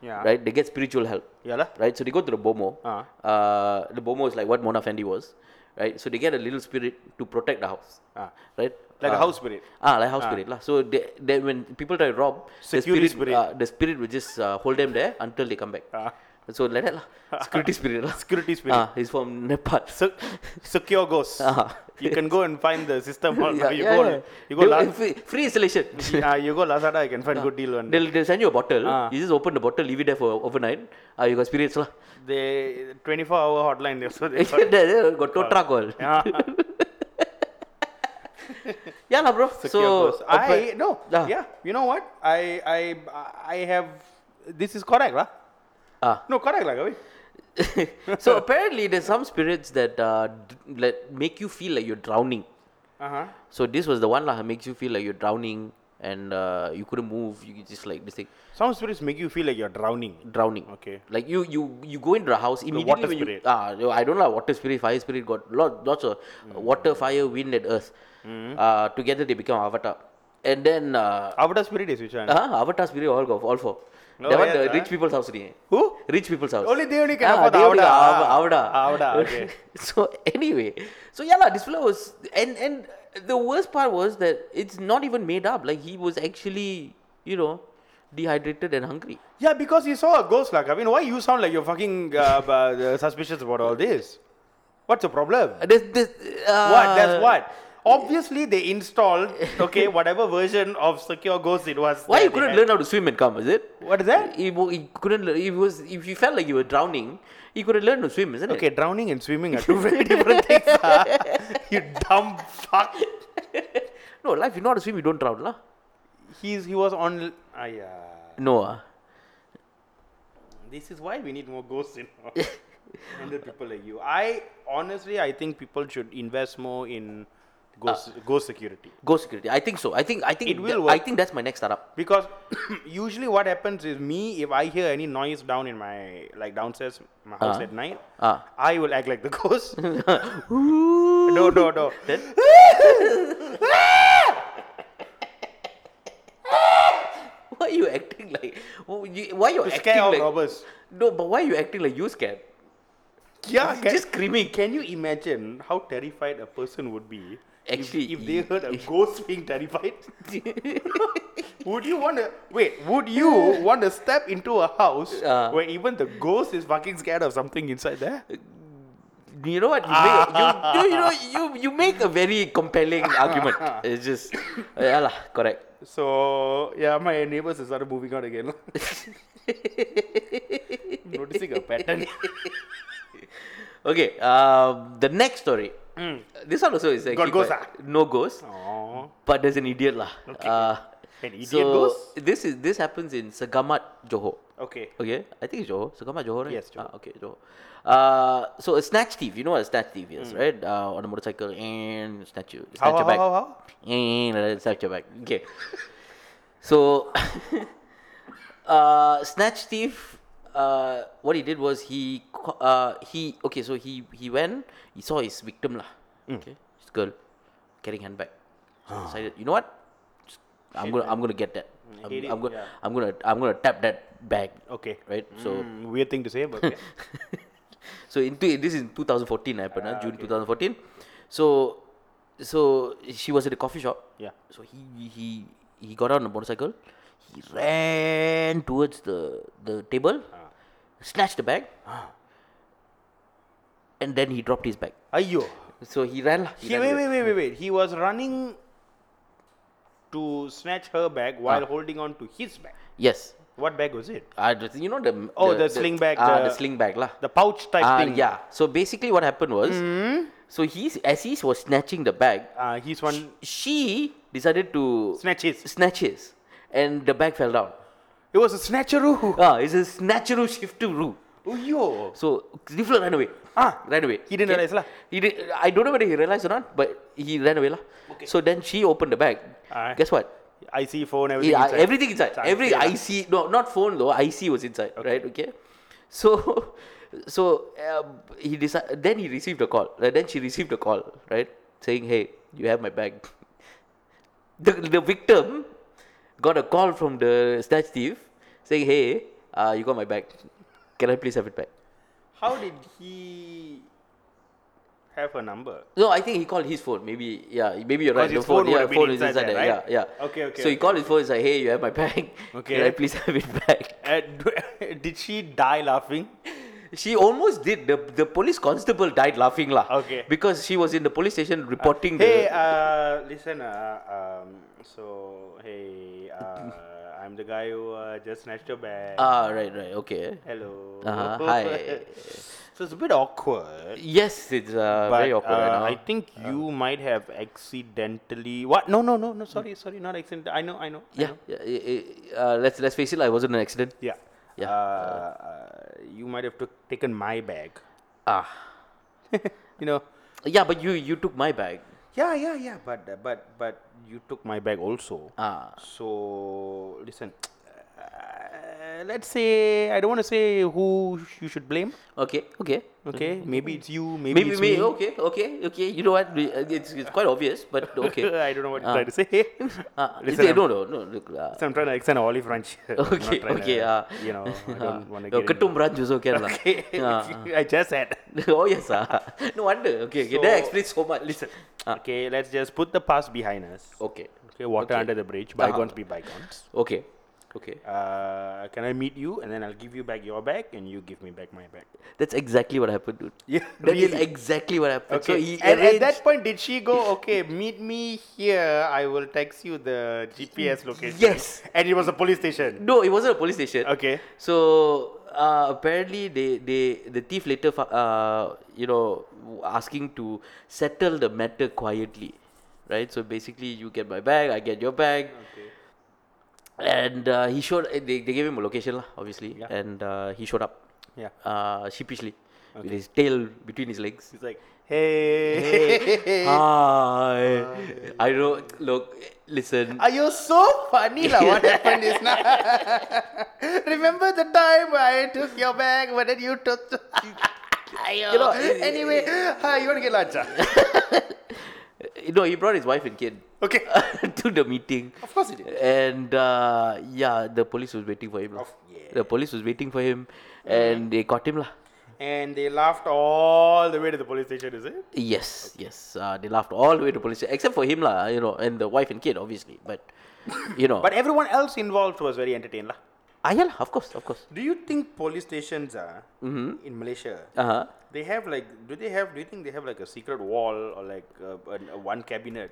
Yeah.
right they get spiritual help
Yeah lah.
right so they go to the bomo
Ah.
uh, the bomo is like what mona fendi was right so they get a little spirit to protect the house
Ah.
right
Like a
Uh,
house spirit.
Ah, like house spirit lah. So they, they, when people try to rob,
Security
the spirit,
spirit.
Uh, the spirit will just uh, hold them there until they come back.
Ah.
So like that lah. Security spirit lah.
Security spirit. oh,
Ah, he's from Nepal.
Se- secure ghosts.
Ah.
You can go and find the system. or
Yeah,
you,
yeah,
go,
yeah.
you go.
They-
La-
free, free installation.
yeah, you go Lazada. You can
Ah.
find good deal one. day.
They'll, they'll send you a bottle.
Ah.
You just open the bottle, leave it there for overnight. Ah, you got spirits lah.
They 24 hour hotline. They so they
There- there got totra call.
Ah. yeah.
Yeah lah, bro.
Secure
so
ghosts. I no.
Ah.
Yeah. You know what? I I I have. This is correct lah.
Ah.
No, correct lah. Gavi.
so apparently there's some spirits that uh, d- that make you feel like you're drowning.
Uh huh.
So this was the one lah makes you feel like you're drowning and uh, you couldn't move. You just like this thing,
Some spirits make you feel like you're drowning.
drowning.
Okay.
Like you you you go into the house immediately.
water
when
spirit.
You, ah, no, I don't know. Water spirit, fire spirit, got lot lots of
Hmm.
water, fire, wind, and earth. Uh, together they become avatar. And then uh,
Avatar spirit is which one?
ah, avatar spirit all go all four.
Oh,
that one
yes,
the
ah.
rich people's house. nahi hai.
Who?
Rich people's house.
Only they only can
ah,
afford
they only
Avada.
have
Ah,
Avada.
Avada, okay.
so anyway, so yeah, lah. this fella was and and the worst part was that it's not even made up. Like he was actually, you know, dehydrated and hungry.
Yeah, because you saw a ghost, like I mean, why you sound like you're fucking uh, uh, suspicious about all this? What's the problem?
Uh, This, this, uh,
what? That's what. Obviously, they installed okay whatever version of secure ghost it was.
Why
that they
you couldn't
had.
learn how to swim and come? Is it?
What is that?
He, wo- he couldn't. learn- He was. If you felt like you were drowning, you could have learned to swim, isn't
Okay,
it?
drowning and swimming are two very different things. huh? you dumb fuck.
No, life, you know how to swim, you don't drown. lah.
He's, he was on. Ah, yeah.
No. ah.
This is why we need more ghosts in our and the people like you. I honestly, I think people should invest more in ghost, ghost security.
Go security. I think so. I think I think
It will
tha-
work.
I think that's my next startup.
because usually what happens is me if i hear any noise down in my like downstairs my house
Ah.
at night
Ah.
i will act like the ghost no no no
Why you acting like? oh, you- Why you
to
acting
scare
like?
all robbers
No, but why you acting like you scared?
yeah can,
Just screaming.
can you imagine how terrified a person would be if-
Actually,
if, they
you-
heard a ghost being terrified would you want to wait would you want to step into a house
Ah.
where even the ghost is fucking scared of something inside there
You know what?
Ah.
You make a, you, you, you know you you make a very compelling argument. It's just uh, yeah lah, correct.
So yeah, my neighbors have started moving out again. I'm noticing a pattern.
Okay. Um, the next story.
Hmm.
This one also is actually
ghost,
quite- no ghost,
Oh,
but there's an idiot lah.
ah? Okay.
Uh,
An idiot
so
ghost?
This is this happens in Segamat, Johor.
okay.
Okay, I think it's Johor. Segamat Johor, right?
Yes, Johor.
Ah, okay, Johor. Uh, so a snatch thief, you know what a snatch thief is, right? Uh, on a motorcycle and snatch you,
Hmm. How,
snatch your
how,
bag.
how, how?
Eh, like that, snatch your bag. Okay. so, uh, snatch thief. Uh, what he did was he co- uh, he okay. So he he went. He saw his victim lah.
Hmm.
Okay, this girl carrying handbag. So he decided, you know what? Just- I'm gonna I'm gonna get that. I'm,
Hate it,
I'm gonna
yeah.
I'm gonna I'm gonna tap that bag.
Okay.
Right. So
Mm, weird thing to say, but okay.
so in two, this is in 2014 happened, uh, June 2014. So so she was at a coffee shop.
yeah.
So he he he got on a motorcycle. He ran towards the the table, snatched the bag, and then he dropped his bag.
Ayo.
So he ran. lah, He
He,
ran
wait,
away.
wait, wait, wait, wait. He was running to snatch her
Ah.
bag while holding on to his bag.
Yes.
What bag was it?
I just, you know the
Oh, the sling bag,
Ah, the,
the-
sling bag lah.
The pouch type
Ah,
thing. Hmm.
yeah. So basically, what happened was, so he's as he was snatching the bag,
Uh, he's one
she decided to
snatches.
snatches, and the bag fell down.
It was a snatcheroo.
Ah, it's a snatcheroo shift to roo.
Oh, yo.
So Rifle ran away.
Ah.
ran away.
He didn't realise lah.
He did. I don't know whether he realized or not, but he ran away lah. Okay. So then she opened the bag.
Ah.
Guess what?
IC phone, everything.
Yeah,
inside.
everything inside.
Inside,
Every
yeah.
IC, no, not phone though. IC was inside, right? Okay. So, so um, he decided. Then he received a call. Uh, then she received a call, right? Saying, "Hey, you have my bag." The the victim got a call from the snatch thief saying, "Hey, uh, you got my bag. Can I please have it back?"
How did he have her number?
No, I think he called his phone. Maybe, yeah, maybe you're right.
Because his
the phone,
phone would
yeah,
have been
phone
inside
is inside
there,
there.
right?
Yeah, yeah.
Okay, okay,
So
okay,
he called his phone. He's like, "Hey, you have my bag.
Okay.
Can I please have it back?"
Uh, d- did she die laughing?
She almost did. The, the police constable died laughing lah.
Okay.
Because she was in the police station reporting
Hey,
the.
uh, listen, uh, um, so, hey, uh, I'm the guy who uh, just snatched your bag.
ah, right, right, okay.
Hello.
Uh-huh, hi.
so it's a bit awkward.
Yes, it's uh,
But,
very awkward.
uh,
right
I
now.
think you might have accidentally. What? No, no, no, no. Sorry, sorry, not accident. I know, I know. I
Mm. yeah,
know.
yeah eh, eh, uh, let's let's face it, like, it wasn't an accident.
Yeah.
Yeah,
Uh, uh, you might have took taken my bag.
Ah,
You know,
yeah, but you you took my bag.
Yeah, yeah, yeah. But uh, but but you took my bag also.
Ah,
So listen, uh, let's say I don't want to say who sh- you should blame.
okay, okay.
Okay, maybe it's you. Maybe,
Mm-hmm. Maybe,
it's
maybe,
me.
okay, okay, okay. You know what? we- uh, It's, it's quite obvious, but okay.
I don't know what
Ah.
you're trying to say.
Ah,
Listen,
it's-
I'm-
no, no, no. Look, uh,
so I'm trying to extend an olive branch. here. I'm not
okay,
trying
okay.
to,
Uh,
you know, I don't want to
no,
get.
Ketum branch also can lah.
into-
Ah,
I just said.
oh yes, ah. no wonder. Okay, okay. that
So-
explains so much. Listen. Ah,
Okay, let's just put the past behind us.
okay.
Okay, water
Okay. Uh-huh.
under the bridge. Bygones be bygones.
Okay. Okay.
Uh, can I meet you? And then I'll give you back your bag, and you give me back my bag.
That's exactly what happened, dude.
Yeah,
That is
really.
exactly what happened.
Okay.
So he
and at
arranged-
that point, did she go, okay, meet me here, I will text you the GPS location?
Yes.
And it was a police station.
no, it wasn't a police station.
Okay.
So uh, apparently, they, they the thief later, fo- uh, you know, w- asking to settle the matter quietly. right? So basically, you get my bag, I get your bag. And uh, he showed, eh, they, they gave him a location, lah, obviously.
Yeah.
And uh, he showed up
Yeah.
uh, sheepishly with his tail between his legs.
He's like, hey,
Hi. I don't look, listen.
are you so funny? Like, what happened is now. Remember the time I took your bag, but then you took. you know, anyway, hi, you want to get lunch? ah?
eh, no, he brought his wife and kid
Okay.
to the meeting.
Of course he did.
And uh, yeah, the police was waiting for him. lah.
Of- yeah.
The police was waiting for him and they caught him. lah.
And they laughed all the way to the police station, is it?
Yes, yes. Uh, they laughed all the way to police, except for him, lah. you know, and the wife and kid, obviously. But, you know.
But everyone else involved was very entertained. lah.
ah, yeah, lah, of course, of course.
Do you think police stations are in Malaysia?
Uh huh.
They have like, do they have? Do you think they have like a secret wall or like a, a- a one cabinet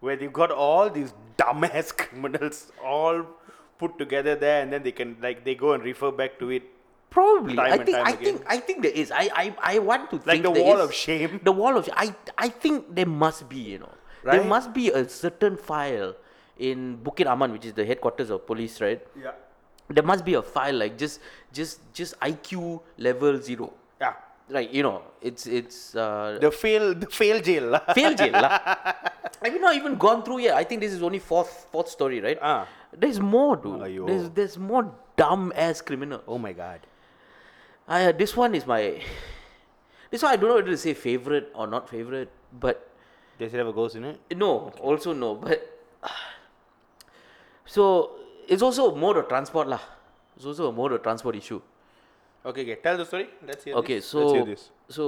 where they've got all these dumbass criminals all put together there, and then they can like they go and refer back to it,
Probably.
Time
I
and
think
time
I
again.
think I think there is. I I, I want to
like
think
the
there
wall
is.
of shame.
The wall of I I think there must be, you know. There
Right?
must be a certain file in Bukit Aman, which is the headquarters of police, right?
Yeah,
There must be a file like just just just IQ level zero.
yeah.
Like, you know, it's it's uh
The fail, the fail jail. lah.
fail jail. lah. Have you not even gone through yet? I think this is only fourth fourth story, right?
Ah.
There's more, dude.
Aiyo.
There's there's more dumb ass criminal.
Oh my god.
I, uh, this one is my. This one I don't know whether to say favorite or not favorite, but
Does it have a ghost in it?
no, also no, but. So it's also a mode of transport lah. It's also a mode of transport issue.
Okay, okay. Tell the story. Let's hear
Okay,
this. Let's hear
so
this.
so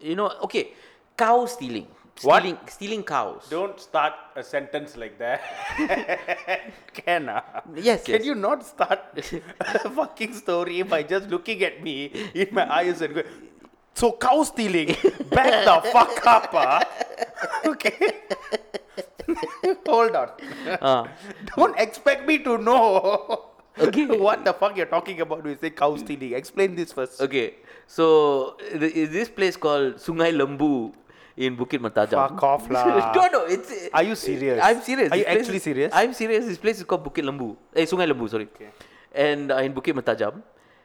you know, okay, cow stealing,
What?
stealing, stealing cows.
Don't start a sentence like that. Can ah?
Yes,
Can
yes.
you not start a fucking story by just looking at me in my eyes and going, so cow stealing, back the fuck up, ah. Okay? Hold on.
Ah.
Don't expect me to know
Okay.
what the fuck you're talking about when you say cow stealing. Explain this first.
Okay, so th- is this place called Sungai Lembu in Bukit Matajam.
Fuck off lah.
no, no, it's.
Are you serious?
I'm serious.
Are you
This place
actually
is-
serious?
I'm serious. This place is called Bukit Lembu. Eh, Sungai Lembu, sorry.
Okay.
And uh, in Bukit Matajam.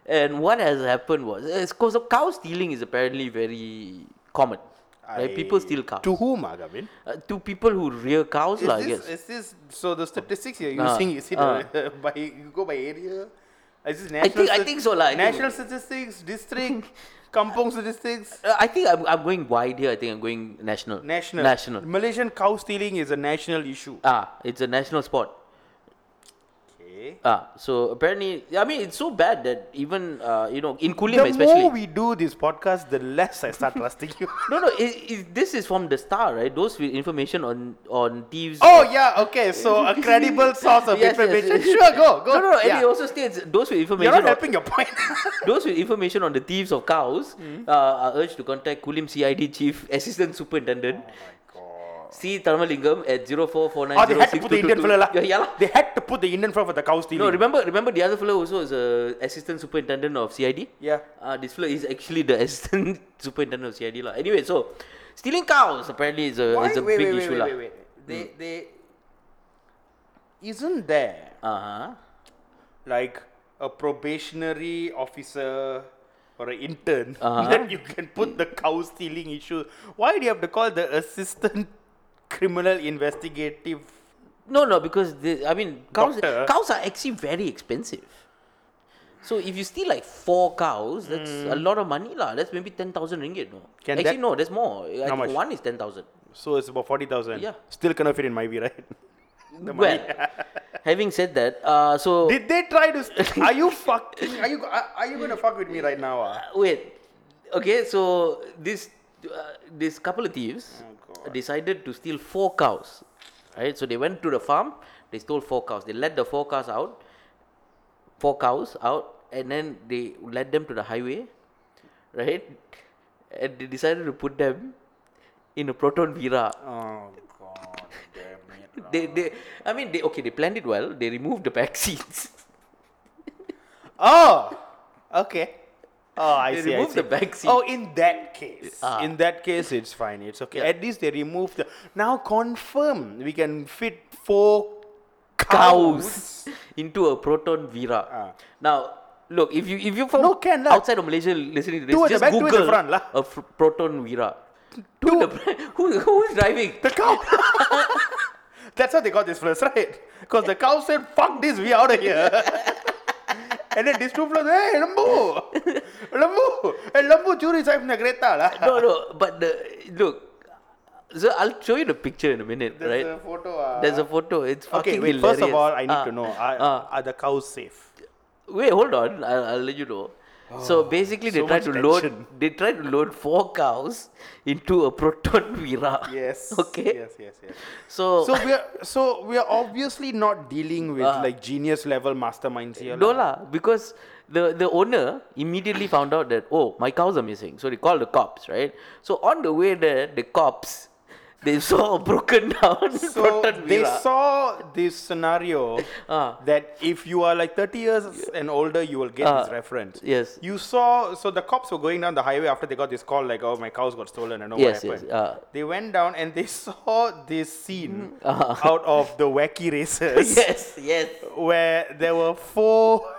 And what has happened was, because of cow stealing is apparently very common. Right? People
I-
steal cows.
To whom, Agamin?
Uh, to people who rear cows, lah, I
is
guess.
this, is this so the statistics you're
Ah,
using is it
ah.
uh, by you go by area is this national
think- I
stat-
think so lah, I think-
national statistics district kampong statistics
Uh, I think I'm, I'm going wide here. I think I'm going national.
national
National.
Malaysian cow stealing is a national issue
Ah, it's a national sport.
okay
Ah, so apparently, I mean, it's so bad that even uh, you know in Kulim
the
especially.
more we do this podcast the less I start trusting you
no, no, it, it, this is from the star, right? Those with information on on thieves. Oh,
oh yeah okay so a credible source of
Yes, yes,
information
yes.
sure go go
No, no, no
yeah.
and it also states those with
you're
information.
not
on-
helping your point
Those with information on the thieves of cows
Hmm.
uh, are urged to contact Kulim CID Chief Assistant Superintendent C. Tharmalingam at zero four four
oh
nine
they
zero
had to
six
put
two
the
two
Indian
two.
fella lah. Hmm.
Yeah, yeah, lah.
they had to put the Indian fella for the cow stealing
No, remember, remember the other fellow also is a assistant superintendent of CID.
Yeah.
Uh, this fellow is actually the assistant superintendent of CID lah. Anyway, so stealing cows apparently is a
Why?
is a
wait,
big
wait,
issue
wait,
lah. Hmm.
wait, wait, They, they isn't there
Uh huh.
like a probationary officer or an intern
Uh-huh.
that you can put the cow stealing issue? Why do you have to call the assistant criminal investigative?
No, no, because the, I mean cows
Doctor.
cows are actually very expensive. So if you steal like four cows, that's a lot of money lah. That's maybe ten thousand ringgit. No,
Hmm. Can
actually
that-
no, that's more. I
How much?
think one is ten thousand.
So it's about forty thousand.
Yeah.
Still cannot fit in my view, right? The money.
Well, having said that, uh, so
Did they try to? St- are you fucking? Are you? Are, are you gonna fuck with me right now? Ah?
Wait. Okay, so this uh, this couple of thieves
Oh, God.
decided to steal four cows. Right? So they went to the farm, they stole four cows. They let the four cows out. Four cows out and then they led them to the highway. Right? And they decided to put them in a proton vira.
Oh god, damn it!
They they I mean they okay, they planned it well. They removed the back seats.
Oh, okay. Oh, I see. I
They
see.
removed the back seat.
Oh, in that case,
Ah.
in that case, it's fine. It's okay.
Yeah.
At least they removed the. Now confirm we can fit four cows.
cows into a proton Vira.
Ah.
Now, look, if you if you from
No, can lah.
outside of Malaysia listening to this,
Two at the
just
back, two at the
Google
front lah.
a fr- proton Vira. Two at the back. who who's driving?
The cow. That's how they got this first, right? Because the cow said, "Fuck this, we out of here." and then these two fellas, "Hey, Lambu, Lambu, hey, Lambu, jury sahib na Greta lah."
No, no, but the look. So I'll show you the picture in a minute,
There's
right?
a photo. ah.
There's a pho- It's fucking
Okay, wait.
hilarious.
First of all, I need
Ah,
to know: are,
ah.
are the cows safe?
Wait, hold on. I'll, I'll let you know. so basically, they
Oh, so
tried to
much
load.
tension.
They tried to load four cows into a proton Vira.
Yes.
Okay.
Yes, yes, yes.
So,
So we are so we are obviously not dealing with
Ah.
like genius level masterminds here.
no
lah.
lah, because the the owner immediately found out that oh my cows are missing. So they called the cops, right? So on the way there, the cops they saw a broken down
So
proton
they
Vira.
saw this scenario
Ah.
that if you are like 30 years and older, you will get this
Ah,
reference.
yes.
You saw so the cops were going down the highway after they got this call like oh my cows got stolen and know
Yes,
what
yes,
happened.
ah.
They went down and they saw this scene out of the wacky races
Ah. yes, yes,
where there were four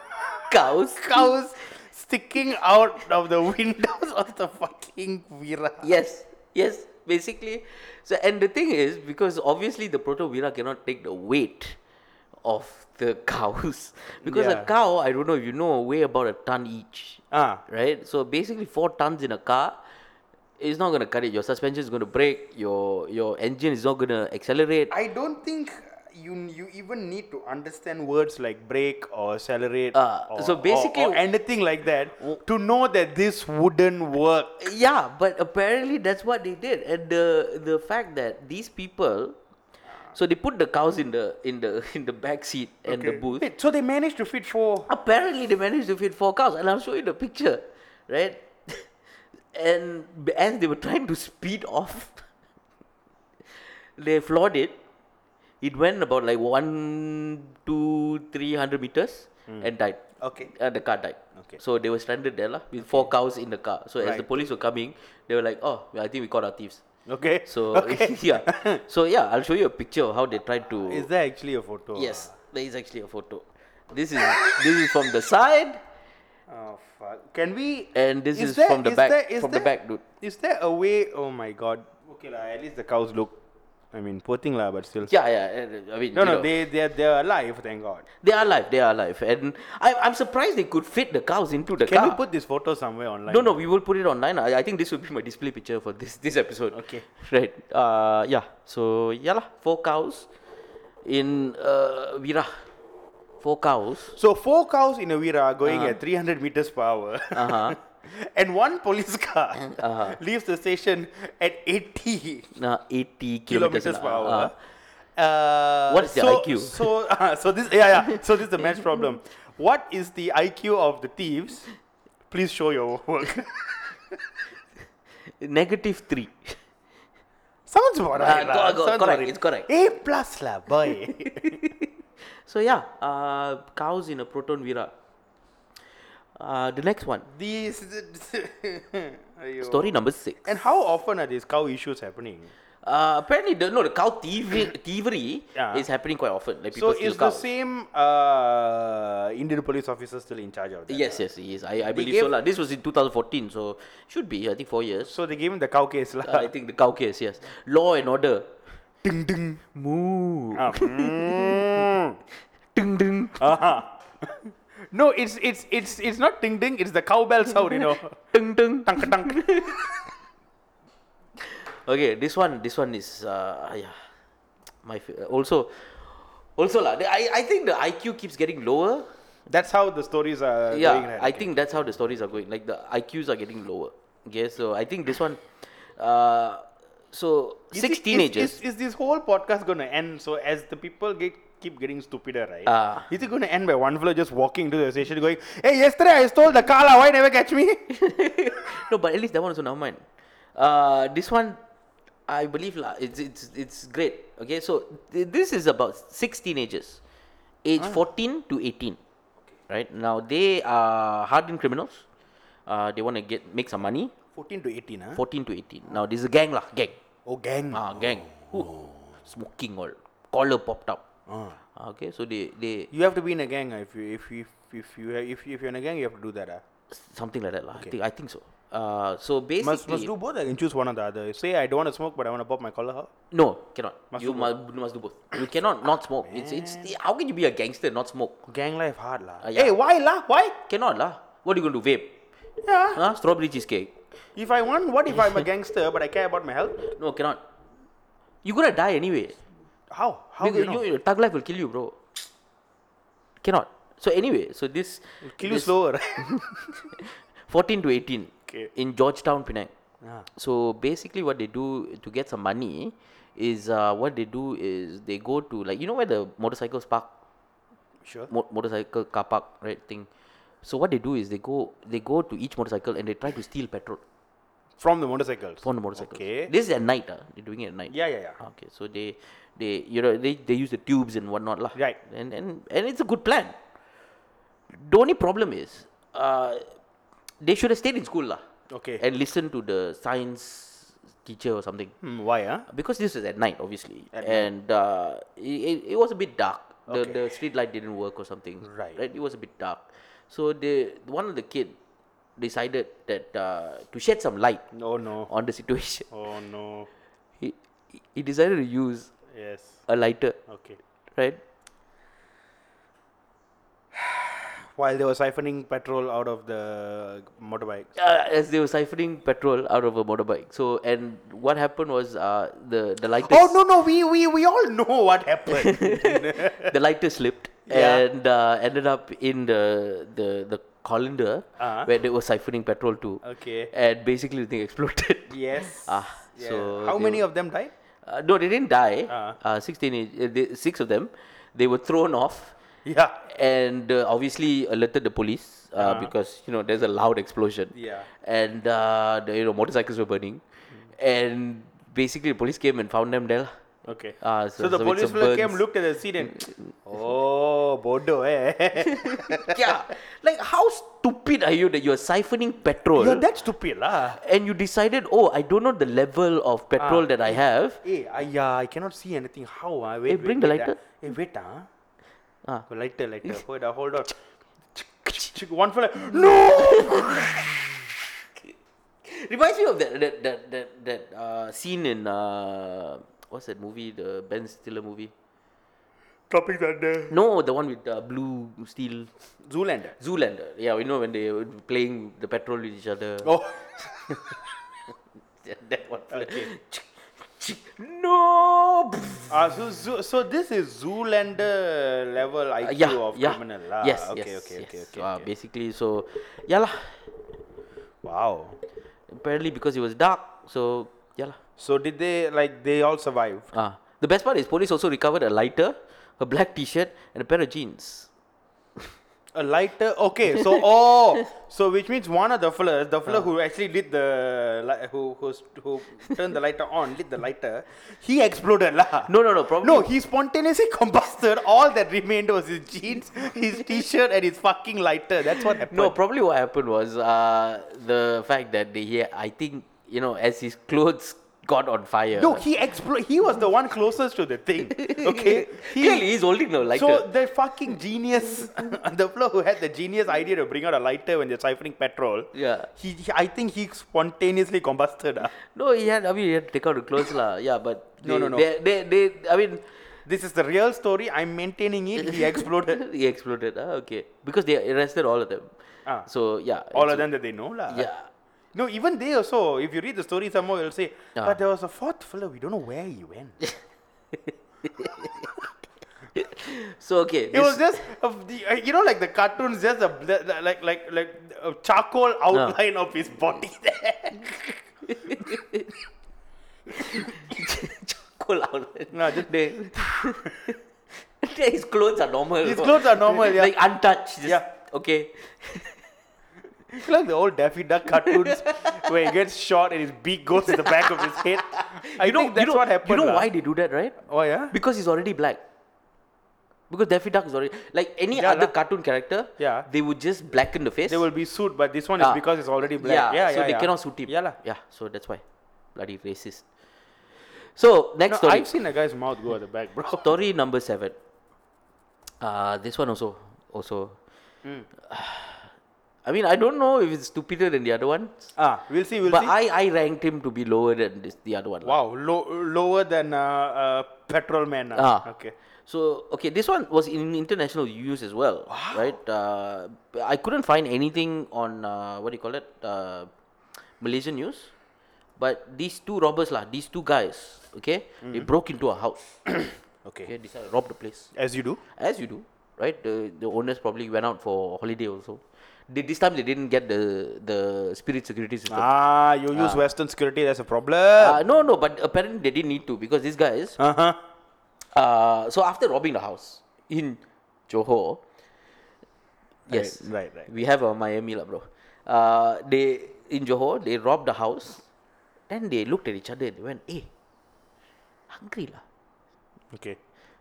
cows,
cows sticking out of the windows of the fucking Vira.
Yes, yes, basically. So, and the thing is, because obviously the protovira cannot take the weight of the cows, because a
Yeah.
cow, I don't know if you know, weigh about a ton each,
Ah.
right? So basically, four tons in a car is not gonna cut it. Your suspension is gonna break. Your your engine is not gonna accelerate.
I don't think you you even need to understand words like brake or accelerate
Ah,
or,
so basically- Oh.
or, or anything like that to know that this wouldn't work.
Yeah, but apparently that's what they did, and the the fact that these people. So they put the cows in the in the in the back seat and the booth.
Wait, so they managed to fit four.
apparently they managed to feed four cows and i'll show you the picture right and b- as they were trying to speed off they floored it it went about like one two three hundred meters and died
Okay.
uh, the car died
Hmm. Okay.
so they were stranded there lah, with four cows in the car so as the
Right.
police were coming they were like oh i think we caught our thieves
Okay.
so
okay.
yeah so yeah i'll show you a picture of how they tried to
Is there actually a photo?
Yes, there is actually a photo. This is this is from the side,
Oh fuck. Can we?
And this is from the back- from the back, dude.
Is there a way? Oh my god. Okay lah. At least the cows look. I mean, poor thing lah, but still.
yeah, yeah. and, uh, I mean,
No,
you
no,
know,
they they they are alive. Thank God.
they are alive. They are alive, and I, I'm surprised they could fit the cows into the
Can
car.
we put this photo somewhere online?
Ah. no, no, we will put it online. I, I think this will be my display picture for this this episode.
Okay.
Right. Uh, yeah. So yeah lah, four cows in uh, Vira. Four cows.
So four cows in a Vira going at 300 meters per hour.
Uh-huh.
and one police car leaves the station at 80
Uh, 80
kilometers, per
an
hour.
hour. Uh,
Uh,
What is their
so,
IQ?
So, uh, so this, yeah, yeah. So this is the match problem. What is the IQ of the thieves? Please show your work.
Uh, negative three.
Sounds about right.
Ah,
lah.
co- co-
Sounds
correct,
about
it's correct.
A plus lah, boy.
So yeah, uh, cows in a proton vira. Uh, the next one,
These. Aiyo.
story number six.
And how often are these cow issues happening?
Uh, apparently, the, no, the cow thievery, thievery
Yeah.
is happening quite often. Like
So
people steal
is the
cows.
same uh, Indian police officer still in charge of that?
Yes, yes, he is. I, I believe
gave-
so. lah. This was in 2014, so should be I think four years.
So they gave him the cow case lah.
Uh, I think the cow case, yes. Law and order.
ding ding.
Moo.
Ah, mm.
Ding ding.
Ah. no, it's it's it's it's not ding ding. It's the cowbell sound, you know.
Ding ding.
Tunk tunk.
Okay, this one, this one is uh, yeah, my fa- also, also lah. the- I I think the IQ keeps getting lower.
That's how the stories are.
yeah,
going, right?
I think that's how the stories are going. Like the IQs are getting lower. Okay, so I think this one, uh, so
Is
six
it-
teenagers.
Is, is, is this whole podcast gonna end? So as the people get keep getting stupider, right?
Ah.
Is it gonna end by one fellow just walking to the station going, "Hey, yesterday I stole the car, lah. why never catch me?"
no, but at least that one also never mind. Uh, this one, I believe lah. It's it's it's great. Okay, so th- this is about six teenagers,
Ah.
age 14 to 18, right? Now they are hardened criminals. Uh, they want to get make some money.
14 to 18, huh?
14 to 18. Now this is a gang lah, gang.
Oh, gang.
Ah, gang. Ooh, smoking all, collar popped up.
Oh. Ah.
Ah, Okay, so they they
You have to be in a gang. ah, If you if you if you have, if, you, if you're in a gang, you have to do that. ah.
something like that lah. I think I think so. Uh, so basically,
Must must do both. I can choose one or the other. Say I don't want to smoke, but I want to pop my collar. How?
no, cannot.
Must
you
do Ah,
must you must do both. You cannot not smoke. It's it's how can you be a gangster and not smoke?
Gang life hard lah.
yeah.
Hey, why lah? Why?
Cannot lah. What are you gonna do? Vape?
Yeah.
Huh? Strawberry cheesecake?
If I want, what if I'm a gangster but I care about my health?
No, cannot. You gonna die anyway.
How? How
Because
you know?
you- thug life will kill you, bro. Cannot. So anyway, so this
Kill you
this
slower.
14 to 18
Okay.
in Georgetown, Penang.
Ah.
So basically, what they do to get some money is uh, what they do is they go to like you know where the motorcycles park,
sure.
mo- motorcycle car park, right thing. So what they do is they go they go to each motorcycle and they try to steal petrol
From the motorcycles.
from the motorcycle.
Okay.
This is at night, uh, they're doing it at night. Ah,
yeah, yeah, yeah.
Okay, so they they you know they, they use the tubes and whatnot lah.
Right.
And and and it's a good plan. The only problem is, uh, they should have stayed in school lah.
Okay.
And listened to the science teacher or something.
Hmm, why? Huh?
Because this was at night, obviously, and uh, it, it, it was a bit dark. The,
Okay.
the street light didn't work or something.
Right.
Right. It was a bit dark. So the one of the kid decided that uh, to shed some light
Oh no.
on the situation,
Oh no.
he, he decided to use
Yes.
a lighter,
Okay.
right?
While they were siphoning petrol out of the motorbike.
Uh, as they were siphoning petrol out of a motorbike. So, and what happened was uh, the the lighter
Oh no no we we we all know what happened.
the lighter slipped
Yeah.
and uh, ended up in the the the colander
Uh-huh.
where they were siphoning petrol to.
Okay.
And basically, the thing exploded.
yes.
Ah, so
how
they
many
were-
of them died?
Uh, no, they didn't die.
Uh-huh.
Uh, Sixteen, uh, they, six of them, they were thrown off.
Yeah.
and uh, obviously alerted the police uh, because you know there's a loud explosion.
Yeah.
And uh, the, you know motorcycles were burning, and basically the police came and found them there. lah.
Okay.
Ah,
so,
so-
the
so it's
police
a
will came,
burns.
looked at the seat and oh, Bodo, eh?
yeah. Like how stupid are you that you're siphoning petrol?
You're that stupid, lah.
and you decided, oh, I don't know the level of petrol that I have.
Hey, I, uh, I cannot see anything. How? Uh, wait,
Hey,
wait,
bring the
wait,
lighter.
ah. Hey, wait, ah.
Ah.
Go lighter, lighter. Hold on, hold on. One fella. No!
Reminds me of that that that that, that uh, scene in uh, what's that movie? The Ben Stiller movie?
Dropping that there.
No, the one with uh, blue steel.
Zoolander.
Zoolander. Yeah, we know when they were playing the petrol with each other.
Oh.
that one. no.
Ah, so, so, so this is Zoolander level IQ
yeah.
of
yeah.
criminal. lah.
Yes.
okay,
yes,
okay,
yes.
okay, okay,
So, uh,
okay.
Basically, so yeah lah.
Wow.
Apparently, because it was dark, so yeah lah.
So did they, like, they all survive?
Ah, the best part is police also recovered a lighter, a black T-shirt, and a pair of jeans.
A lighter. Okay, so oh, so which means one of the fellas, the fella who actually lit the li- who who who turned the lighter on, lit the lighter, he exploded lah.
No, no, no. Probably.
No, he spontaneously combusted. All that remained was his jeans, his t-shirt, and his fucking lighter. That's what happened.
No, probably what happened was uh, the fact that they, he, I think, you know, as his clothes got on fire.
no, he exploded. He was the one closest to the thing. Okay,
He, Clearly, he's holding the lighter.
So the fucking genius, the fellow who had the genius idea to bring out a lighter when they're siphoning petrol.
Yeah.
He, he- I think he spontaneously combusted. ah.
No, he had. I mean, he had to take out the clothes, lah. Yeah, but they,
No, no, no.
They, they, they, I mean,
This is the real story. I'm maintaining it. He exploded.
he exploded. Ah, okay, because they arrested all of them.
Ah.
So yeah.
All
it's-
of them that they know, lah.
Yeah.
No, even they also. If you read the story somehow, you'll say,
Ah.
but there was a fourth fellow. We don't know where he went.
So okay.
it was
this-
just, of the, uh, you know, like the cartoons, just a bl- like like like a charcoal outline of his body there.
cool out.
No, just-
they. His clothes are normal.
His clothes are normal, yeah.
Like untouched. Just,
Yeah.
Okay.
It's like the old Daffy Duck cartoons where he gets shot and his beak goes to the back of his head. I
you know
think that's
you know,
what happened.
You know
lah.
why they do that, right?
Oh yeah.
Because he's already black. Because Daffy Duck is already like any
Yeah
other
lah.
cartoon character.
Yeah.
They would just blacken the face.
They will be sued, but this one is
Ah.
because it's already black.
Yeah.
Yeah, yeah,
so they
yeah.
cannot suit him.
Yeah, lah.
Yeah. So that's why, bloody racist. So next
No,
story.
I've seen a guy's mouth go at the back, bro.
Story number seven. Uh, this one also, also.
Hmm.
I mean, I don't know if it's stupider than the other one,
Ah, we'll see, we'll
but
see.
I, I ranked him to be lower than this, the other one. lah.
wow, low, lower than uh, uh, petrol man.
Ah.
Okay.
So okay, this one was in international use as well, right? Uh, I couldn't find anything on uh, what do you call it, uh, Malaysian news, but these two robbers lah, these two guys, okay, they broke into a house,
Mm-hmm. Okay.
okay, decided to rob the place.
As you do.
as you do, right? The the owners probably went out for holiday also. They, this time they didn't get the the spirit security system.
Ah, you use Western security, that's a problem.
Uh, no, no, but apparently they didn't need to because these guys.
Uh huh.
Uh, so after robbing the house in Johor, yes,
Right, right.
we have a Miami lah, bro. Uh, they in Johor they robbed the house, then they looked at each other and they went, "Hey, hungry lah."
Okay.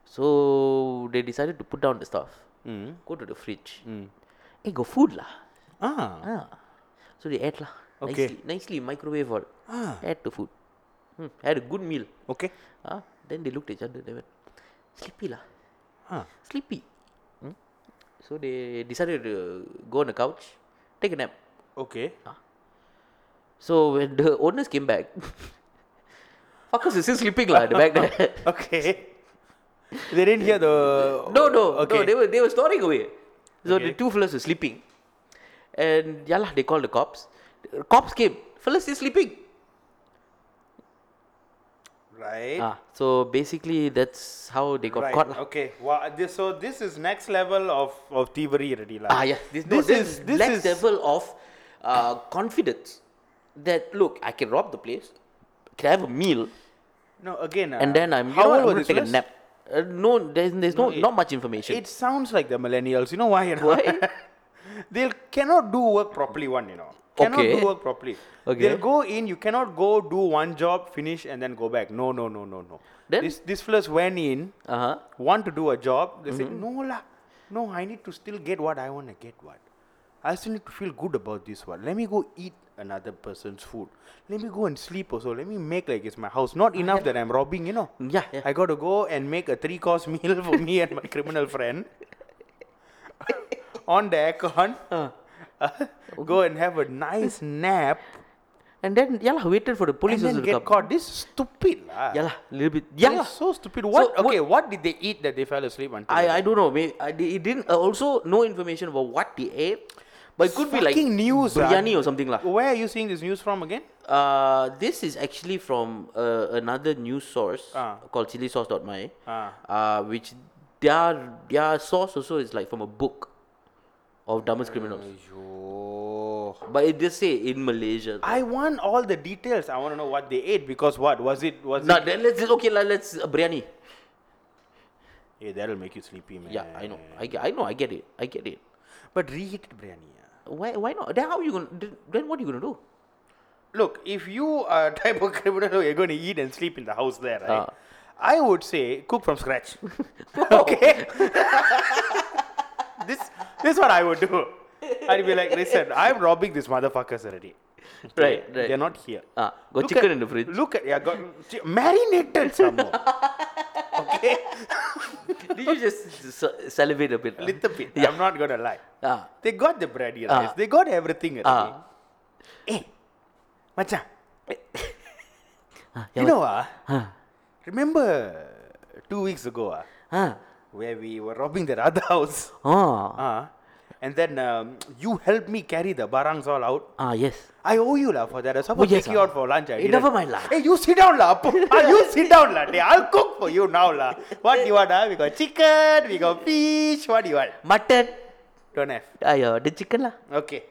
So they decided to put down the stuff,
Hmm.
go to the fridge. Hey, go food lah.
Ah.
Ah. So they ate lah.
Okay.
Nicely, nicely microwave all.
Ah.
Ate the food. Hmm. Had a good meal.
Okay.
Ah. Then they looked at each other. They went, sleepy lah.
Ah.
Sleepy. Hmm. So they decided to go on the couch, take a nap.
Okay.
Ah. So when the owners came back, fuckers is still sleeping lah at the back there.
Okay. they didn't hear the.
no, no, no.
Okay.
They were they were snoring away. So the
Okay.
two fellas were sleeping, and yeah lah, they called the cops. The cops came. Fellas is sleeping.
right.
Ah, so basically that's how they got
right.
caught. lah.
Okay. Wow. This, so this is next level of of thievery already, lah.
Ah, yes. This, no,
This
this
is-
is
this
next
is-
level of uh, confidence that look, I can rob the place, can I have a meal,
No, again.
and
uh,
then I'm
how
you know,
old
I'm
were these
gonna take a
fellas?
nap. Uh, no, there's, there's no,
it-
not much information.
It sounds like the millennials. You know why? You know?
Why?
they cannot do work properly. One, you know, cannot
Okay.
do work properly.
Okay.
They'll go in. You cannot go do one job, finish, and then go back. No, no, no, no, no.
Then?
This this fellas went in,
Uh huh.
want to do a job. They say,
Mm-hmm.
no la, no. I need to still get what I want to get. What I still need to feel good about this one. Let me go eat another person's food. Let me go and sleep also. Let me make like it's my house. Not enough that I'm robbing. You know.
Yeah, Ah, Mm, yeah.
I got to go and make a three course meal for me and my criminal friend on the aircon. uh, go and have a nice nap
and then yeah, lah, waited for the police
and
also
then
to
get
come.
caught. This is stupid. lah.
Yeah, lah, little bit.
That
Yeah, lah.
is so stupid. What?
So,
okay, what did they eat that they fell asleep until?
I I don't know. May I, they- it didn't uh, also no information about what they ate, but it could be like
Fucking news, ah.
biryani or something lah.
Where are you seeing this news from again?
Uh, this is actually from uh, another news source
Ah.
called ChiliSauce.my,
Ah.
uh, which their their source also is like from a book of dumbest criminals.
Yo.
But it just say in Malaysia.
I want all the details. I want to know what they ate because what was it? Was
Nah,
it?
then let's okay. lah, Let's uh, biryani.
Hey, that'll make you sleepy, man.
Yeah, I know. I, ge- I know. I get it. I get it.
But reheated biryani. ah.
Why why not? Then how you gonna? Then, then what you gonna do?
Look, if you are a type of criminal who you're going to eat and sleep in the house there, right?
Ah.
I would say cook from scratch. okay? this, this is what I would do. I'd be like, listen, I'm robbing these motherfuckers already.
Right, right.
They're not here.
Ah, got
Look
chicken
at-
in the fridge.
Look at, yeah, got chi- marinated some more. okay?
Did you just s- salivate a bit? huh?
Little bit.
Yeah.
I'm not going to lie.
Ah.
They got the bready rice.
Ah.
They got everything already.
Ah.
Hey, macha,
Ah, yeah,
you
what-
know, ah,
Huh.
remember two weeks ago, ah,
Huh.
where we were robbing that other house.
Oh.
Uh, and then um, you helped me carry the barangs all out.
Ah, yes.
I owe you la for that. I was supposed
Oh,
to
yes,
take you
ah.
out for lunch. I
Eh,
didn't.
never mind lah.
Hey, you sit down la. Appu. Ah, you sit down la. Dey, I'll cook for you now la. What do you want? Ah? We got chicken, we got fish. What do you want?
Mutton.
Don't have.
Ah, yeah, the chicken lah.
Okay.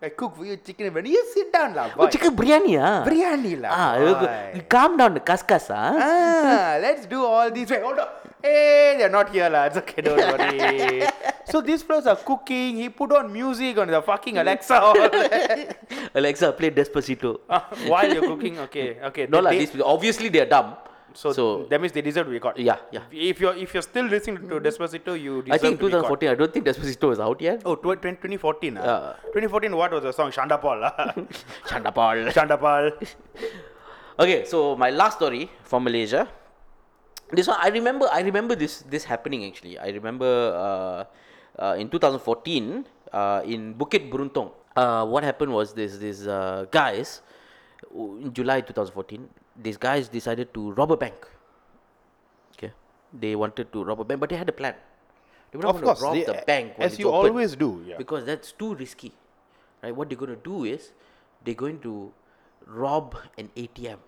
I cook for you chicken and biryani. You sit down la. Boy.
Oh, chicken biryani ah.
Biryani la.
Ah, you go- you
boy.
calm down the kaskas ah.
ah, let's do all these. Wait, hold on. Hey, they're not here, lads. Okay, don't worry. so these fellows are cooking. He put on music on the fucking Alexa all that.
Alexa, play Despacito.
While you're cooking, okay, okay. they-
No
Ah,
lah,
they-
these people- obviously they are dumb.
So,
So-
that means they deserve to be caught.
Yeah, yeah.
If you're if you're still listening to Despacito, you deserve
I think
to be caught.
2014. I don't think Despacito was out yet.
Oh, tw- 2014. ah.
Yeah.
2014, what was the song? Shanda Paul. ah.
Chanda Paul.
Shanda Paul.
Okay, so my last story from Malaysia. This one I remember. I remember this this happening actually. I remember uh, uh, in 2014 uh, in Bukit Beruntung. Uh, what happened was this these uh, guys w- in July 2014. These guys decided to rob a bank. Okay, they wanted to rob a bank, but they had a plan. They were not
Of
going
course,
to rob
they-
the bank when
as
it's
you
open
always do, yeah.
because that's too risky, right? What they're going to do is they're going to rob an ATM,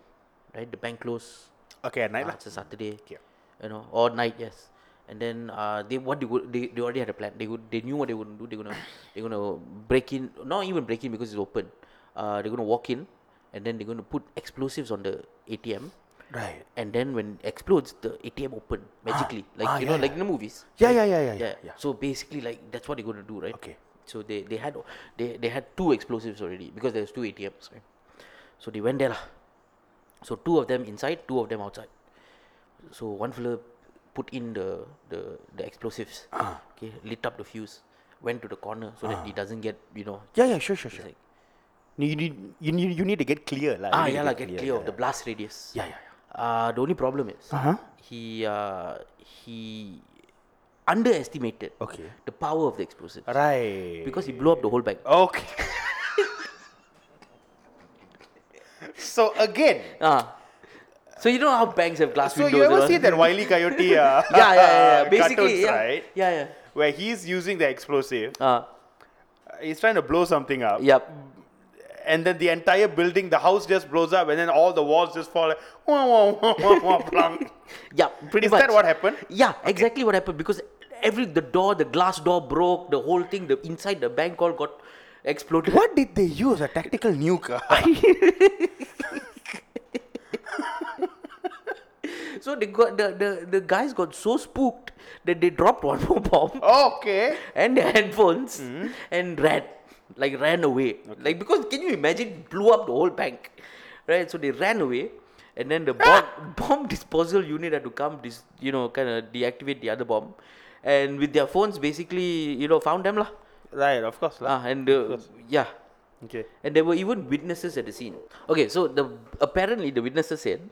right? The bank close
Okay, at night.
uh,
lah.
it's a Saturday.
Yeah.
You know, or night, yes. And then uh, they what they would they, they already had a plan. They would they knew what they would do. They're gonna they're gonna break in, not even break in because it's open. Uh, they're gonna walk in, and then they're gonna put explosives on the ATM.
Right.
And then when it explodes, the ATM open magically, like
Ah,
you
yeah,
know,
yeah.
like in the movies.
Yeah,
right?
yeah, yeah, yeah, yeah, yeah.
So basically, like that's what they're gonna do, right?
Okay.
So they, they had they, they had two explosives already because there's two ATMs, right? So they went there lah. So two of them inside, two of them outside. So one fella put in the the, the explosives.
Ah.
Okay, lit up the fuse, went to the corner so that he doesn't get you know.
Yeah, yeah, sure, sure,
it's
sure.
like,
You need you need you need to get clear, lah. You
ah
need to
yeah lah, get clear of the blast radius.
Yeah, yeah, yeah.
Uh, the only problem is
Uh-huh.
he uh, he underestimated
Okay.
the power of the explosive
Right.
because he blew up the whole bank.
Okay. so again,
Ah. So you know how banks have glass
so
windows.
you ever
and
see
all?
that Wiley Coyote? Uh,
Yeah, yeah, yeah. yeah. Basically,
cartoons,
yeah.
right?
Yeah, yeah.
Where he's using the explosive,
Ah,
uh, he's trying to blow something up,
yep.
and then the entire building, the house just blows up, and then all the walls just fall. Like, wah, wah, wah, wah, wah, plunk.
Yeah, pretty
Is
much.
that what happened?
Yeah, exactly what happened because every the door, the glass door broke, the whole thing, the inside the bank all got exploded.
What did they use? A tactical nuke?
So they got the, the the guys got so spooked that they dropped one more bomb
okay.
and their headphones
Hmm.
and ran like ran away. Like because can you imagine blew up the whole bank, right? So they ran away. And then the bomb, bomb disposal unit had to come, dis, you know, kind of deactivate the other bomb, and with their phones, basically, you know, found them lah.
Right, of course. lah.
Ah, and uh, yeah,
Okay.
and there were even witnesses at the scene. Okay, so the apparently the witnesses said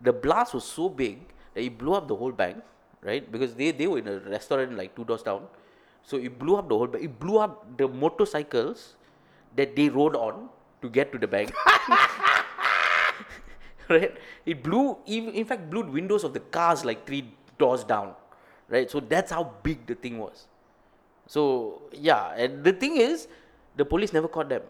the blast was so big that it blew up the whole bank, right? Because they, they were in a restaurant like two doors down. So it blew up the whole bank. It blew up the motorcycles that they rode on to get to the bank. right? It blew even in fact blew the windows of the cars like three doors down. Right? So that's how big the thing was. So yeah, and the thing is, the police never caught them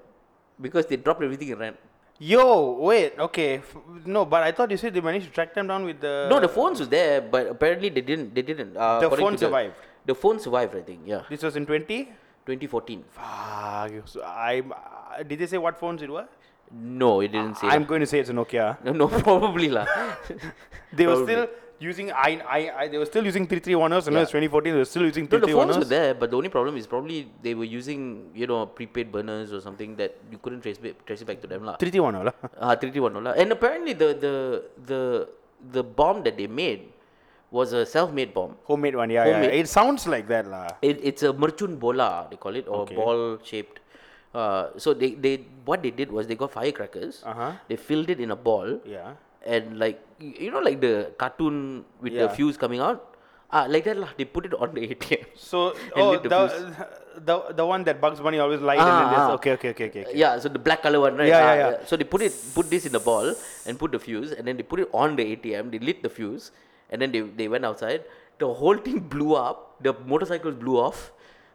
because they dropped everything and ran.
Yo, wait. Okay. F- no, but I thought you said they managed to track them down with the.
no, the phones was there, but apparently they didn't. They didn't. Uh,
The
according
phone
to
survived.
The phone survived, I think. Yeah,
This was in 20?
2014.
Fuck. you- So I'm. Uh, did they say what phones it were?
No, it didn't say.
I'm
that.
going to say it's a Nokia.
No, no, probably lah.
They were
Probably.
still using. I, I, I. They were still using 331ers. You know, oh, it's 2014. They were still using
No, the phones
331ers.
were there, but the only problem is probably they were using you know prepaid burners or something that you couldn't trace ba- trace it back to them lah.
331 oh lah.
Ah, three three one no lah. And apparently the the the the bomb that they made was a self-made bomb.
Homemade one. Yeah, yeah.
Homemade.
It sounds like that lah.
It, it's a merchun bola they call it or
Okay.
ball shaped. Uh, so they, they what they did was they got firecrackers.
Uh-huh.
They filled it in a ball
Yeah.
and like y- you know like the cartoon with the
Yeah.
fuse coming out. Ah, like that lah. They put it on the ATM.
So
And
oh
lit
the,
the
the the one that Bugs Bunny always lied and then
Ah,
there's
ah.
okay okay okay okay. okay.
Yeah, so the black color one, right?
Yeah,
Ah,
yeah, yeah.
So they put it, put this in the ball and put the fuse, and then they put it on the ATM. They lit the fuse, and then they, they went outside. The whole thing blew up. The motorcycles blew off.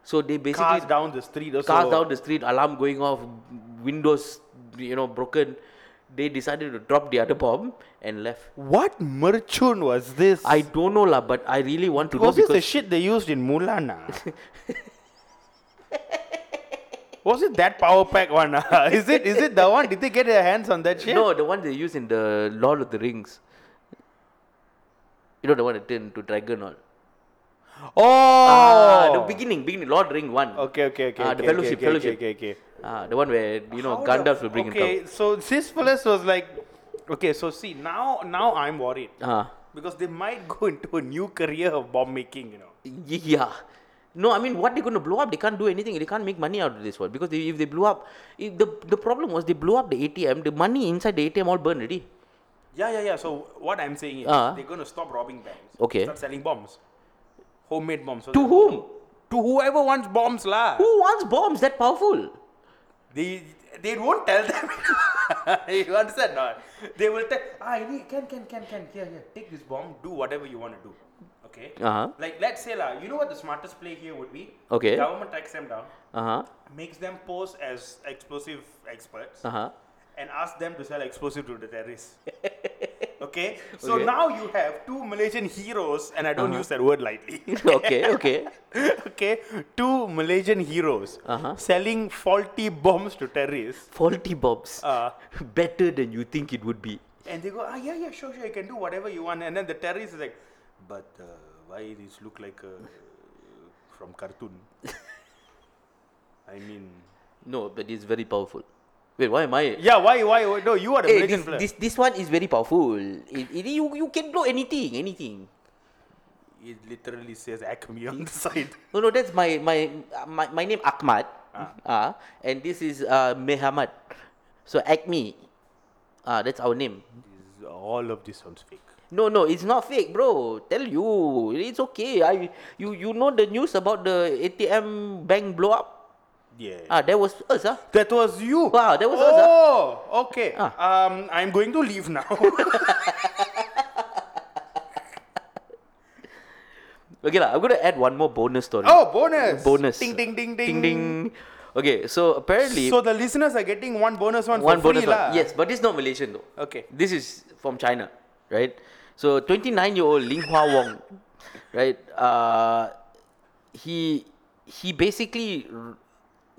So they basically
Cars down the street or
cars
so.
down the street, alarm going off, windows, you know, broken. They decided to drop the other bomb and left.
What merchun was this?
I don't know lah, but I really want to know
Was this the
because
shit they used in Mulan? ah? was it that power pack one? ah? is it is it the one? Did they get their hands on that shit?
no, the one they use in the Lord of the Rings. You know the one that turned to dragon all. Ah,
Oh.
the beginning, beginning, Lord Ring one.
okay okay okay.
Ah,
okay,
the fellowship,
okay, okay,
fellowship.
Okay okay.
Ah, the one where you know
How the
Gandalf
f-
will bring
Okay,
him
so this fellas was like, Okay, so see now now I'm worried
Uh,
because they might go into a new career of bomb making. You know.
y- yeah. No, I mean, what they're going to blow up, they can't do anything. They can't make money out of this one. Because they, if they blew up, if the, the problem was they blew up the ATM, the money inside the ATM all burned already.
Yeah, yeah, yeah. So what I'm saying is
Ah.
they're going to stop robbing banks.
Okay.
Start selling bombs, homemade bombs. So
To
that-
whom?
To whoever wants bombs, lah.
Who wants bombs that powerful?
They they won't tell them. you understand not? They will tell. Ah, you need, can can can can. Here here. Take this bomb. Do whatever you want to do. Okay.
Uh-huh.
Like let's say lah. You know what the smartest play here would be?
Okay.
Government takes them down,
Uh huh.
makes them pose as explosive experts,
Uh huh.
and ask them to sell explosive to the terrorists. okay. So
Okay. Uh-huh.
now you have two Malaysian heroes, and I don't use that word lightly.
okay, okay.
okay. Two Malaysian heroes
Uh-huh.
selling faulty bombs to terrorists.
Faulty bombs.
Uh,
Better than you think it would be.
And they go, ah, yeah, yeah, sure, sure, you can do whatever you want. And then the terrorist is like, but uh, why this look like uh, from cartoon? I mean,
No, but it's very powerful. Wait, why am I?
yeah, why, why, why- no, you are the
Hey,
Malaysian
this,
player.
this, this one is very powerful. It, it, you, you can blow anything, anything.
It literally says Acme on the side.
No, no, that's my my uh, my, my name Ahmad. Ah. and this is uh, Mehamad. So Acme. Ah, that's our name.
This- All of this sounds fake.
No, no, it's not fake, bro. Tell you, it's okay. I you you know the news about the ATM bank blow up.
Yeah.
Ah, that was us, ah.
that was you.
Wow, that was us, ah.
Oh, okay. Um, I'm going to leave now.
Okay, lah. I'm gonna add one more bonus story.
oh, bonus.
bonus.
Ding, ding, ding, ding.
ding, ding. Okay, so apparently
So the listeners are getting one bonus one,
one
for free,
bonus
lah.
one. Yes, but it's not Malaysian though.
Okay.
This is from China, right? So 29 year old Ling Hua Wong, right? Uh, he he basically r-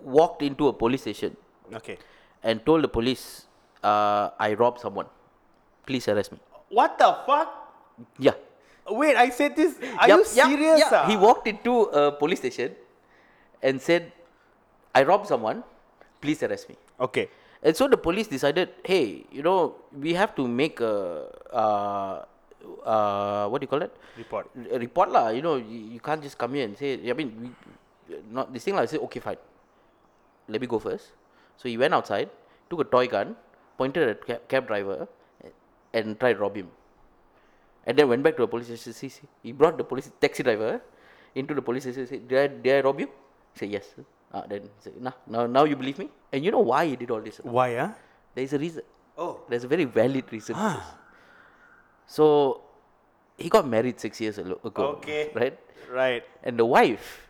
walked into a police station
Okay.
and told the police, uh, "I robbed someone. Please arrest me."
What the fuck?
Yeah.
Wait, I said this. Are you
Yup, yup,
serious?
yeah.
ah?
He walked into a police station and said, "I robbed someone. Please arrest me."
Okay.
And so the police decided, hey, you know, we have to make a, uh, uh, what do you call it?
Report.
A report lah. You know, you, you can't just come here and say, I mean, we, not this thing lah. I said, okay, fine. Let me go first. So he went outside, took a toy gun, pointed at cab, cab driver, and tried to rob him. And then went back to the police station. See, see, He brought the police taxi driver into the police station. Said, "Did I, did I rob you?" Say yes. Ah, then say, "Nah, now, now you believe me." And you know why he did all this? or not?
Why, ah? huh?
There is a reason.
Oh. Ah.
There's a very valid reason. for this. So he got married six years alo- ago.
Okay.
Right?
Right.
And the wife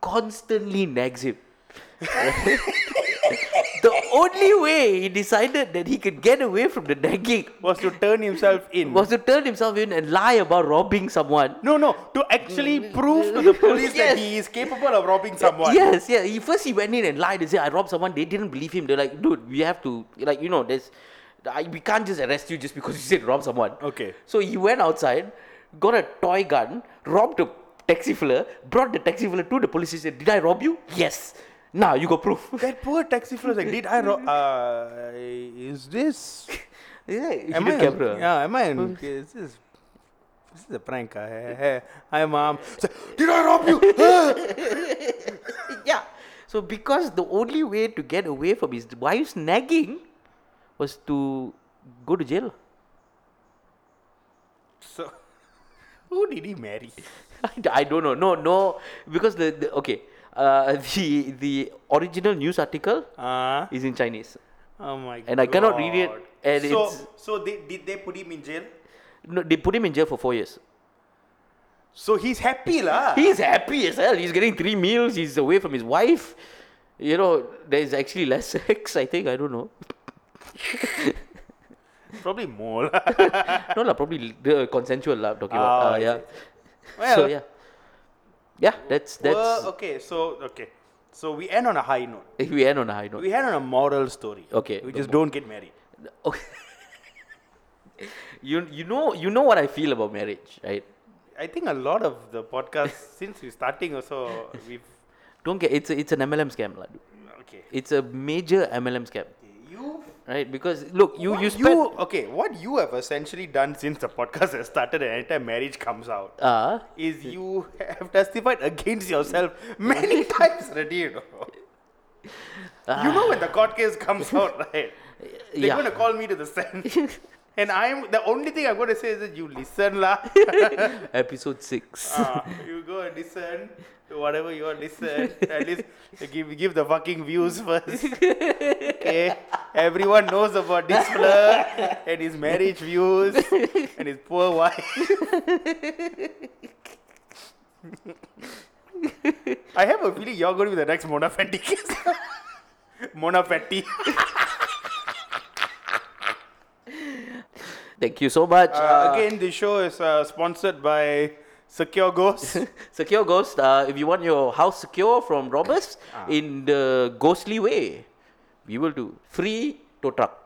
constantly nags him. the only way he decided that he could get away from the nagging
Was to turn himself in.
was to turn himself in and lie about robbing someone.
no, no. To actually prove to the police
Yes.
that he is capable of robbing someone.
Yes, yeah. He first he went in and lied and said I robbed someone. They didn't believe him. They're like, dude, we have to like you know, there's I, we can't just arrest you just because you said rob someone.
Okay.
So he went outside, got a toy gun, robbed a taxi filler, brought the taxi filler to the police and said, Did I rob you? Yes. Now you got proof.
That poor taxi fella was like, did I rob? Uh, is this?
yeah, he
Am I?
did camera.
Yeah, am I? Is this? This is a prank. ah. Hey, hey, Hi, mom. It's like, Did I rob you?
yeah. So because the only way to get away from his wife's nagging was to go to jail.
so, who did he marry?
I d- I don't know. No, no, because the, the okay, uh, the the original news article
Uh,
is in Chinese.
oh my god.
And I cannot read it, and
so,
it's-
so they, did they put him in jail?
No, they put him in jail for four years.
So he's happy, lah.
He's happy as hell. He's getting three meals. He's away from his wife. You know, there's actually less sex. I think I don't know.
Probably more. lah.
no lah, probably the consensual lah. I'm Talking about.
Ah,
Uh,
I
yeah. so
Well-
yeah, yeah. That's that's.
Well, okay, so okay, so we end on a high note.
If we end on a high note.
We end on a moral story.
Okay,
we
the
just don't get married.
Okay. you you know you know what I feel about marriage, right?
I think a lot of the podcasts since we're starting also we've
Don't get it's a, it's an MLM scam, lad.
okay.
It's a major MLM scam.
You
right? Because look, you
What
you spend.
okay? What you have essentially done since the podcast has started and anytime marriage comes out
uh,
is you have testified against yourself many times already. You know. you know when the court case comes out, right? They're
uh, Yeah.
gonna call me to the stand. And I'm the only thing I'm gonna say is that you listen lah.
episode six.
Ah, you go and listen to whatever you want to listen. At least give give the fucking views first. Okay, everyone knows about this flirt and his marriage views and his poor wife. I have a feeling you're going to be the next Mona Fenty. Mona Fenty.
Thank you so much.
Uh, again, the show is uh, sponsored by Secure Ghost.
Secure Ghost, uh, if you want your house secure from robbers
Uh.
in the ghostly way, we will do free tow truck.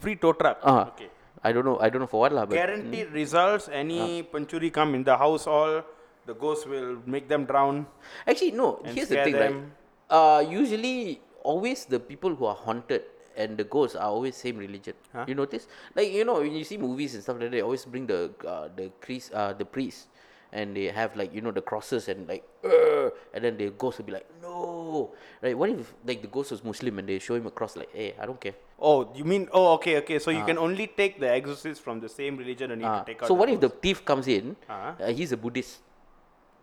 Free tow truck.
Uh,
Okay.
I don't know. I don't know for what lah. But
Guaranteed results. Any panchuri come in the house, all the ghosts will make them drown.
actually, no.
And
Here's the
scare
thing, right?
them.
Uh, usually, always the people who are haunted and the ghosts are always same religion. You notice? Like you know, when you see movies and stuff like that, they always bring the uh, the priest, uh, the priest, and they have like you know the crosses and like, "Ugh," and then the ghost will be like, no, right? What if like the ghost was Muslim and they show him a cross like, hey, I don't care.
Oh, you mean? Oh, okay, okay. So you can only take the exorcist from the same religion and you
Ah,
can take out.
so what if the thief comes in?
Ah.
Uh, he's a Buddhist,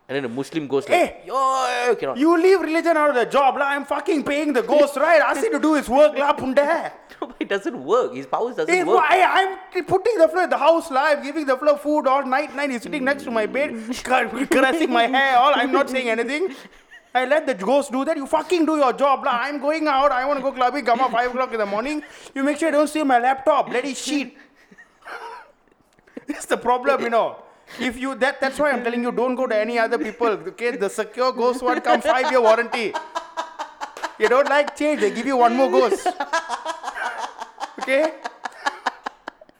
and then the Muslim goes
Hey!
like, "Yo, cannot."
ghost. Eh! You leave religion out of the job, lah. I'm fucking paying the ghost, right? Ask him to do his work, lah, punda.
No, it doesn't work. His powers doesn't
Hey,
work.
Eh, why? I'm t- putting the floor in the house, lah. I'm giving the floor food all night, night. He's sitting next to my bed, cr- caressing my hair, all. I'm not saying anything. I let the ghost do that. You fucking do your job, lah. I'm going out. I want to go clubbing. Come up 5 o'clock in the morning. You make sure I don't steal my laptop. Bloody shit. That's the problem, you know. If you that that's why I'm telling you don't go to any other people. Okay, the secure ghost one come five year warranty. You don't like change, they give you one more ghost. Okay?